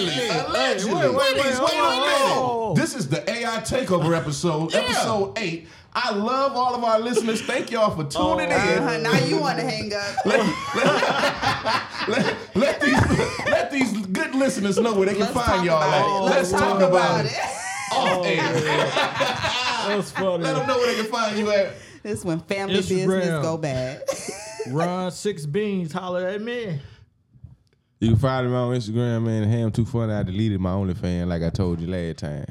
allegedly.
wait, wait,
Ladies,
wait,
wait a
wait,
minute.
whoa.
This is the AI Takeover episode, episode eight. I love all of our listeners. Thank y'all for tuning in.
Uh-huh, now you want to hang up.
let, let these let these good listeners know where they can
Let's
find
talk
y'all
about
at.
it.
Let's, talk, about, it. Off air.
Oh,
Let
That's funny.
them know where they can find you at.
This when family
It's
business
real.
go bad.
Ron Six Beans holler at me.
You can find him on Instagram, man. Ham too funny. I deleted my OnlyFans like I told you last time.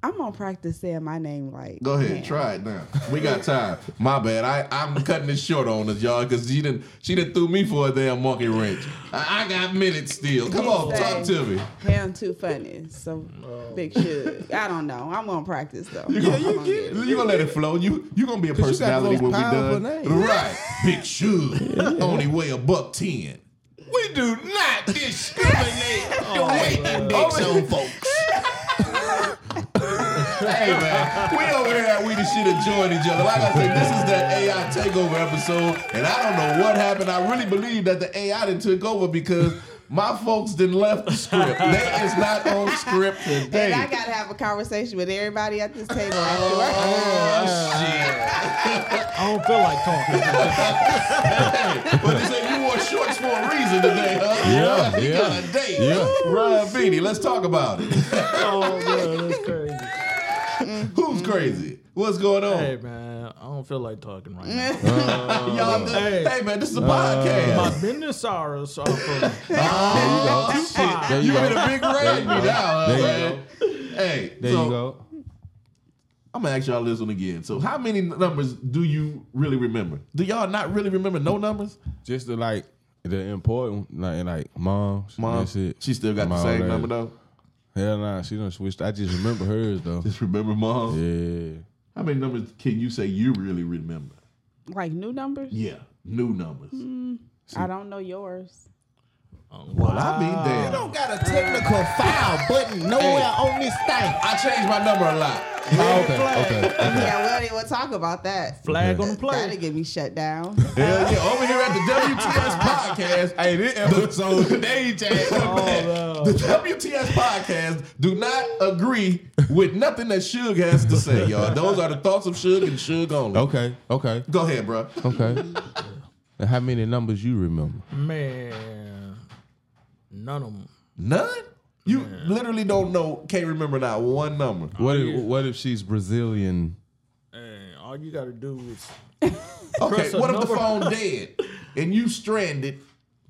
I'm gonna practice saying my name like.
Go ahead,
man.
try it now. We got time. My bad. I I'm cutting it short on us, y'all, because she didn't she didn't threw me for a damn monkey wrench. I, I got minutes still. Come on, talk to me.
Him too funny. So big shit. I don't know. I'm gonna practice though. Yeah, you get
You gonna let it flow. You you gonna be a
Cause you got the
personality
most
when we
powerful
done.
name.
Right. Big shoes. Only weigh a buck ten. We do not discriminate the way you dicks on folks. hey man, we over here at We the Shit enjoying each other. Like I said, this is that AI takeover episode, and I don't know what happened. I really believe that the AI done took over because my folks didn't left the script. they is not on script today.
And I gotta have a conversation with everybody at this table afterwards.
Oh, shit.
I don't feel like talking.
But they said you wore shorts for a reason today, huh?
Yeah,
<laughs> You
yeah.
got a date.
Yeah.
Ryan Beatty, let's talk about it. <laughs>
oh man, that's crazy.
Who's crazy? What's going on?
Hey man, I don't feel like talking right now.
<laughs> Y'all, th- hey.
hey.
man, this is a
Uh,
podcast.
My business hours are from
oh,
two
shit.
There you
You made
go.
a big raid me now, huh,
There you
man. Hey,
There
so
you go.
I'm gonna ask y'all this one again. So, how many numbers do you really remember? Do y'all not really remember no numbers?
Just the like the important, like like mom,
Mom,
That's it.
she still got
My
the
old
same
lady.
number though.
Hell nah, she done switched. I just remember hers though.
Just remember, mom.
yeah.
How many numbers can you say you really remember? oh.
Like new numbers?
Yeah, new numbers.
Mm.
I don't
<laughs>
know yours.
Well, I mean, damn.
got a technical foul button nowhere on this thing.
I changed my number a lot.
Oh, okay, okay.
Yeah, we don't even wanna talk about that.
flag on the
That'll
play.
get me shut down.
Hell <laughs> yeah, over here at the WTS podcast. Hey, this episode today, Chad. <laughs>
Oh,
the WTS podcast do not agree with nothing that Suge has to say, y'all. Those are the thoughts of Suge and Suge only.
Okay, okay,
Go ahead, bro.
okay. And how many numbers you remember?
Man, none of them.
None? You literally don't know, can't remember not one number.
What if what if she's Brazilian?
Hey, all you gotta do is
Okay,
Press a
what if the
number.
phone dead and you stranded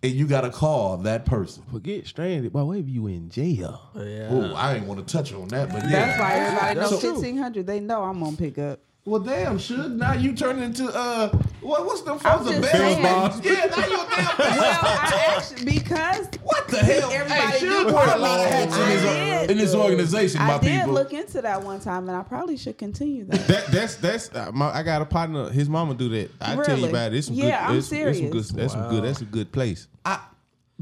and you got to call that person?
Forget stranded, but what if you in jail?
yeah.
Oh, I ain't want to touch on that, but yeah.
That's why everybody
That's
knows
true.
fifteen hundred. They know I'm gonna
<laughs>
pick up.
Well, damn, Suge, now you turn into uh, what? What's them folks?
just
A
saying.
Bell's Yeah, now you a damn.
Well, I actually because
What
<laughs>
the hell?
Everybody
hey,
do
Suge wore a
follow
lot of hats in
I
this,
did.
in this organization, my
I did
people.
look into that one time, and I probably should continue that.
That that's that's uh, my, I got a partner. His mama do that. I tell you
Really?
about it. It's some
Yeah,
good.
I'm
it's, it's some good.
serious.
That's some good. That's a good place.
I,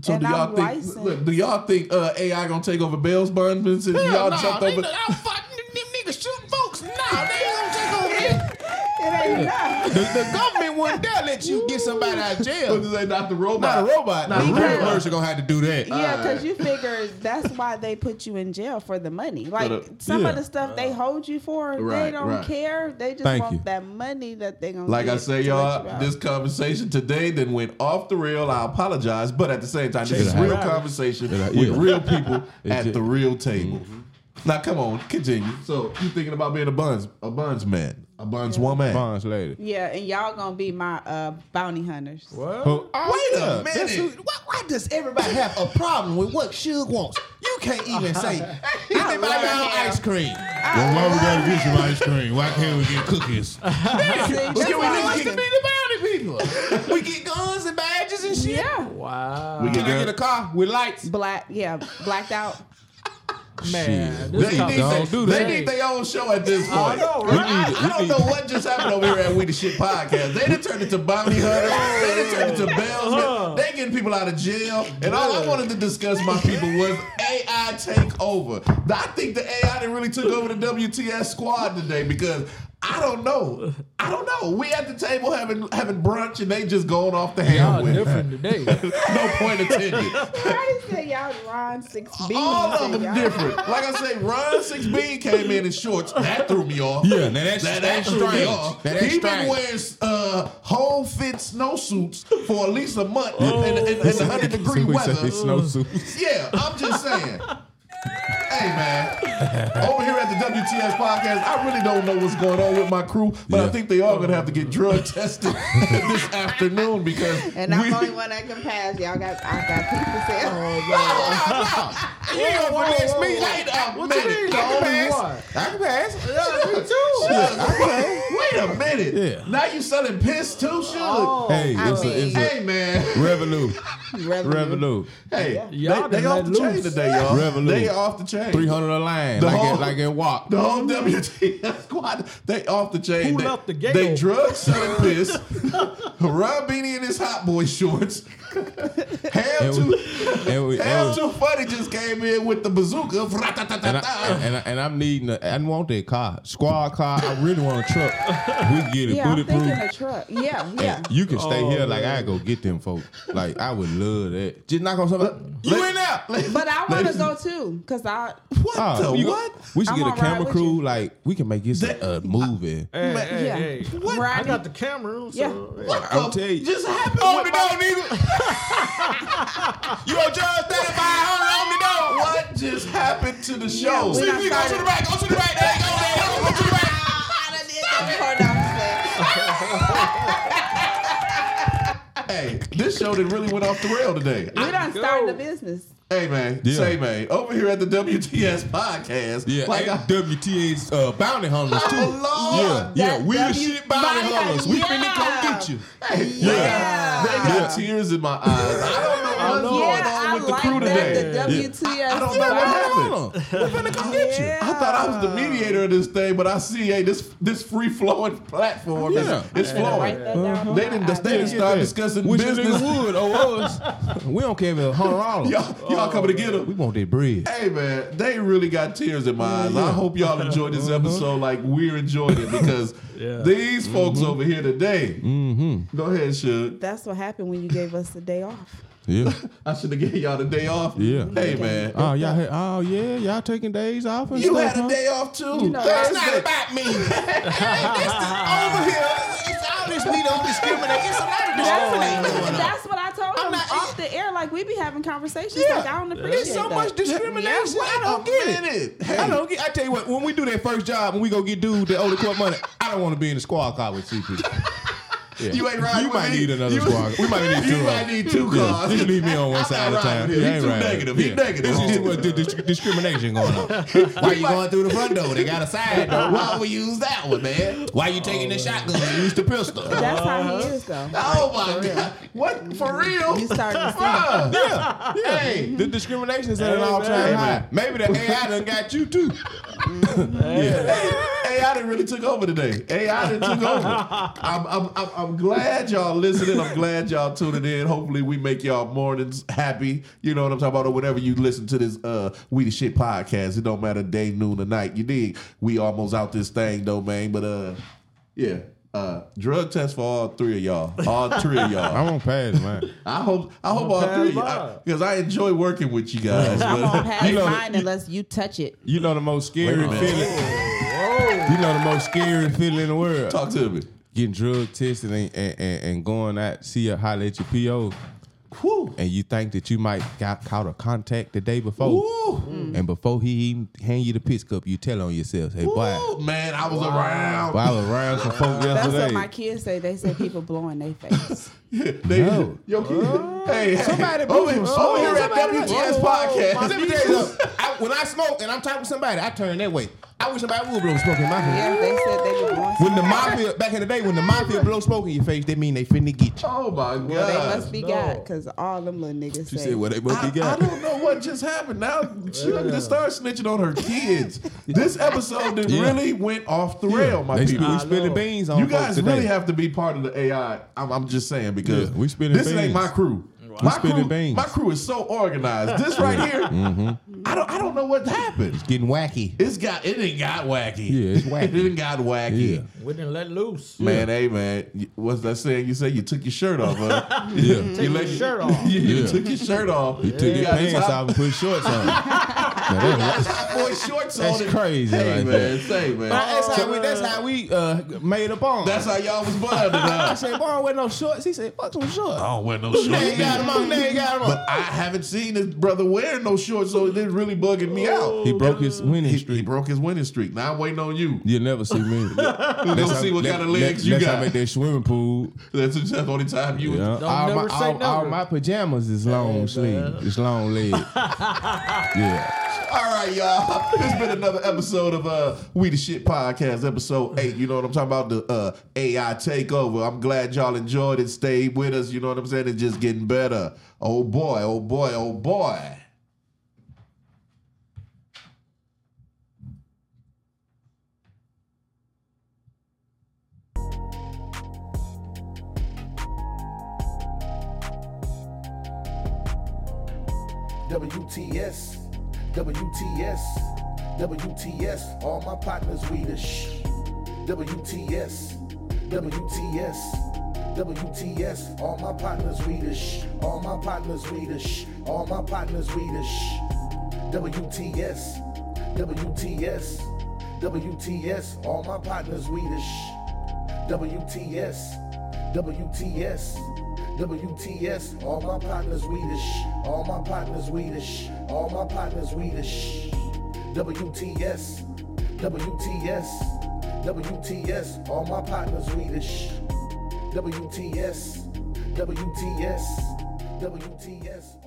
so
And
do y'all
I'm
think?
licensed.
Look, do y'all think uh, AI gonna take over Bell's Bondsman since y'all jumped over?
fucking them niggas shoot folks. Nah, they don't The, the government <laughs> wouldn't dare let you get somebody out
<laughs>
of
What
jail.
did they not the robot?
Not a robot. Not
a
a real
robot.
person gonna have to do that.
Yeah, because you figure that's why they put you in jail for the money. Like
the-
some
yeah.
of the stuff they hold you for,
Right,
they don't
right.
care. They just
Thank
want
you.
that money that they gonna.
Like I
get
say,
to let you
y'all,
out.
this conversation today then went off the rail. I apologize, but at the same time, this is
it
real
out.
conversation
it out.
with
Yeah.
<laughs>
real people
It
at
ju-
the real table.
Mm-hmm.
Now, come on, continue. So, you thinking about being a buns, a buns man, a buns woman?
Bonds lady.
yeah, and y'all gonna be my uh, bounty hunters.
Who-
Wait a
that's
minute.
who-
Why, why does everybody have a problem with what Suge wants? You can't even
<laughs>
say anybody got ice cream.
Well, why we gotta get some ice cream? Why can't we get cookies?
See, that's
That's
why-
why I like to be the bounty people. we get guns and badges and shit.
yeah,
Wow.
We
Can
get
I get a
good.
car with lights?
black. Yeah, blacked out.
Man,
They
this
need,
cop-
they,
Don't do
they
that.
need their own show at this point.
know,
We need- I, don't know what just happened over here at We the Shit Podcast. They done turned it to Bounty Hunter. They done turned it to Bells. They getting people out of jail. And all I wanted to discuss, my people, was AI takeover. I think the AI that really took over the WTS squad today because I don't know. I don't know. We at the table having having brunch and they just going off the
y'all
ham with.
different
<laughs>
today.
No point <laughs> intended.
I said y'all Ron six B.
All of them different. Like I say, Ron Six B came in in shorts. That threw me off.
Yeah, now that's-
that,
that's
threw me
strange.
off.
Now that's
he been
strange.
wearing uh, whole fit snowsuits for at least a month in, in, in, in hundred degree
We say
weather.
<laughs> snowsuits.
Yeah, I'm just saying. Hey man, over here at the WTS podcast, I really don't know what's going on with my crew, but I
Yeah.
think they are gonna have to get drug tested <laughs> this afternoon because
And I'm
we-
only one that can pass. Y'all got I got people say <laughs>
You ain't gonna
whoa,
finesse
whoa,
me.
What you mean,
whoa.
Wait a minute. I can
the only
pass. I can pass.
<laughs> Wait a minute.
Yeah.
Now you selling piss too, Suge?
Oh.
Hey,
I
it's a, it's a
Hey man.
revenue.
revenue.
Revenue.
Hey,
Y'all
they, they
done
off the
let
chain
loose.
today, y'all.
Revolution.
They off the chain.
300 a line.
The
Like,
whole-
it, like it walk.
The whole WTF squad, they off the chain.
Who
they,
left the gate
They
open?
drug
<laughs>
selling piss. Rob Beanie in his hot boy shorts. <laughs> Ham
And we-
too,
and we-
Ham
and we-
too funny just came in with the bazooka.
and, I,
Ra-ta-ta-ta-ta.
and, I, and I'm needing a, I want that car. Squad car. I really want a truck. We can get it
Yeah, I'm thinking a
bulletproof.
truck. Yeah, yeah.
You can stay here like I go get them folks. Like I would love that. Just knock on something. You in there?
But I want to go too, cause I
What
Oh,
the
you go-
what?
we should
I'm
get a
gonna ride
camera
with
crew.
you.
Like we can make this a, a movie.
Hey, hey,
yeah.
hey.
What?
I got the camera.
Yeah.
So, yeah.
What
I'll
the
tell you.
just happened?
Open
with
the
my-
door, nigga. you gonna charge thirty five hundred? Open the door.
What just happened to the show?
we not-
You go to the right. Go to the right. There you go. There you go. Go to the right.
hey, this show that really went off the rail today.
we done started a business.
Hey man,
Yeah.
say man, over here at the WTS podcast,
Yeah,
like
like
I,
WTA's uh, bounty hunters too.
Oh, Lord.
yeah, yeah,
That
we the
W-
shit bounty
bounty
hunters. We
hunters,
finna
yeah.
come get you.
yeah. they got,
Yeah.
tears in my eyes. I don't know what's
yeah,
going on
I
with
like
the crew
that.
today.
The WTS.
I don't know what happened.
Hold on.
Yeah.
I thought I was the mediator of this thing, but I see, hey, this this free flowing platform
Yeah.
is it's flowing.
Write that down.
They didn't,
I
they didn't
did.
start discussing
Wish this
business.
nigga would or oh, us. We don't care if it's a hundred dollars.
Y'all, y'all coming to get them.
We want that bread.
Hey man, they really got tears in my eyes. I hope y'all enjoyed this
Uh-huh.
episode like we're enjoying it
<laughs>
because
Yeah.
these folks
Mm-hmm.
over here today. Go ahead, Suge.
That's what happened when you gave us the day off.
Yeah.
I should have given y'all the day off.
Yeah.
Hey man,
Oh y'all. Had, oh yeah. Y'all taking days off and
you
stuff.
had a
huh?
day off too.
know
Thursday.
about
<laughs>
me. Hey, this is over here. It's all this we don't discriminate. It's a lot
<laughs>
of
That's,
discrimination.
what, that's what I told him
not-
off the air. Like we be having conversations.
Yeah.
Like I don't appreciate
It's so
that.
much discrimination. I don't get it.
Minute. Hey,
I don't get. I tell you what. When we do that first job, when we go get dude that owe the court money, I don't want to be in the squad car with CP. Yeah.
You ain't riding
You
with
might
me.
need another
You-
squad. We might need two.
You <laughs> might
of them.
need two <laughs>
Yeah,
cars.
You leave me on one
I'm
side
not riding
at a time.
with him.
You
He
ain't
too
riding with
negative.
him.
He negative.
This is what the, dis- discrimination going on.
<laughs>
Why you going through the front door? They got a side door. Why we use that one, man? Why you taking the shotgun? You use the pistol.
That's how he is though.
<laughs> Oh my god! What for real?
You starting
<laughs>
to see.
Bruh.
Yeah, yeah.
Hey.
The discrimination is at an
Hey,
all time
man.
high. Maybe the AI done got you too.
AI done really took over today. AI done took over. I'm, I'm, I'm, I'm glad y'all listening. I'm glad y'all tuning in. Hopefully we make y'all mornings happy. You know what I'm talking about? Or whenever you listen to this uh We the Shit podcast. It don't matter day, noon, or night. You dig? We almost out this thing though, man. But uh yeah. uh, drug test for all three of y'all. All three of y'all.
I <laughs> won't pass, man.
I hope I hope all
pass
three
mine.
because I, enjoy working with you guys.
I'm
but-
gonna pass
You know-
mine unless you touch it.
You know the most scary
Wait a
feeling.
minute.
You know the most scary feeling in the world.
talk to me.
Getting drug tested and, and, and, and going out, see a holler at your PO. And you think that you might got caught a contact the day before.
Oh.
And before he even hand you the pitch cup, you tell on yourself, hey, boy,
Ooh, man, I was around.
boy, I was around some folk
That's what
yesterday.
my kids say. They say people blowing their face.
<laughs> They,
No.
Yo, kid. hey, somebody
boo
over,
some
over
salt.
here at
Somebody-
WTS
Oh,
Whoa, whoa,
podcast.
my
Let me
people.
tell you something.
I, when I smoke and I'm talking to somebody, I turn that way. I wish somebody would blow smoke in my face.
yeah, they said they were blowing.
When the mafia back in the day, when the mafia blow smoke in your face, they mean they finna get you.
Oh my god.
Well, they must be God, because all them little niggas say.
they must
I, I don't know what just happened. Now she done just started snitching on her
<laughs>
kids. This episode done
Yeah.
really went off the rail, my
They-
people.
we spilling beans on
You
folk
guys
today.
really have to be part of the AI. I'm, I'm just saying because
Yeah, we spinning
this ain't
beans.
my crew. My
spinning
crew,
beans. Mm-hmm.
my crew is so organized. This right here, I don't, I don't know what happened.
getting wacky.
It's got, it didn't got wacky.
Yeah, it's
<laughs> it
wacky.
didn't got wacky.
Yeah.
We didn't let loose.
Man, hey man, you- what's that saying? You say you took your shirt off, huh?
yeah.
Take your shirt off.
you, you
<laughs> Yeah.
took your shirt off. You
Took your
got
pants
top-
off and put shorts on. Now,
<laughs>
that's-
Hot boy shorts
That's
on. it.
crazy
Hey
right
man,
there.
say man.
That's how we. That's how we uh, made up on.
That's how y'all was blinded.
I
<laughs>
huh?
said, "Boy, I don't wear no shorts." He said, "Fuck some shorts."
Oh.
I don't wear no
Now you got him
shorts.
on. Now you got him on.
But I haven't seen this brother wearing no shorts, so it didn't really bugging me out.
He broke his winning
He,
streak.
he broke his winning streak. Now I'm waiting on you.
You'll never see me.
Let's see what kind of legs you
unless
got.
I'm at that swimming pool.
That's that's the only time you.
Yeah. all,
never
my,
say
all, all
never.
my pajamas is long sleeve. It's long leg. yeah.
All right, y'all. It's been another episode of uh We the Shit Podcast, episode eight. You know what I'm talking about? The uh AI takeover. I'm glad y'all enjoyed it. Stayed with us. You know what I'm saying? It's just getting better. Oh boy, oh boy, oh boy.
WTS, WTS, WTS, all my partners we the sh. WTS, WTS, WTS, all my partners we the sh. All my partners we the sh. All my partners we the sh. WTS, WTS, WTS, all my partners we the sh. WTS, WTS, WTS, all my partners Swedish, all my partners Swedish, all my partners Swedish. WTS, WTS, WTS, all my partners Swedish. WTS, WTS, WTS.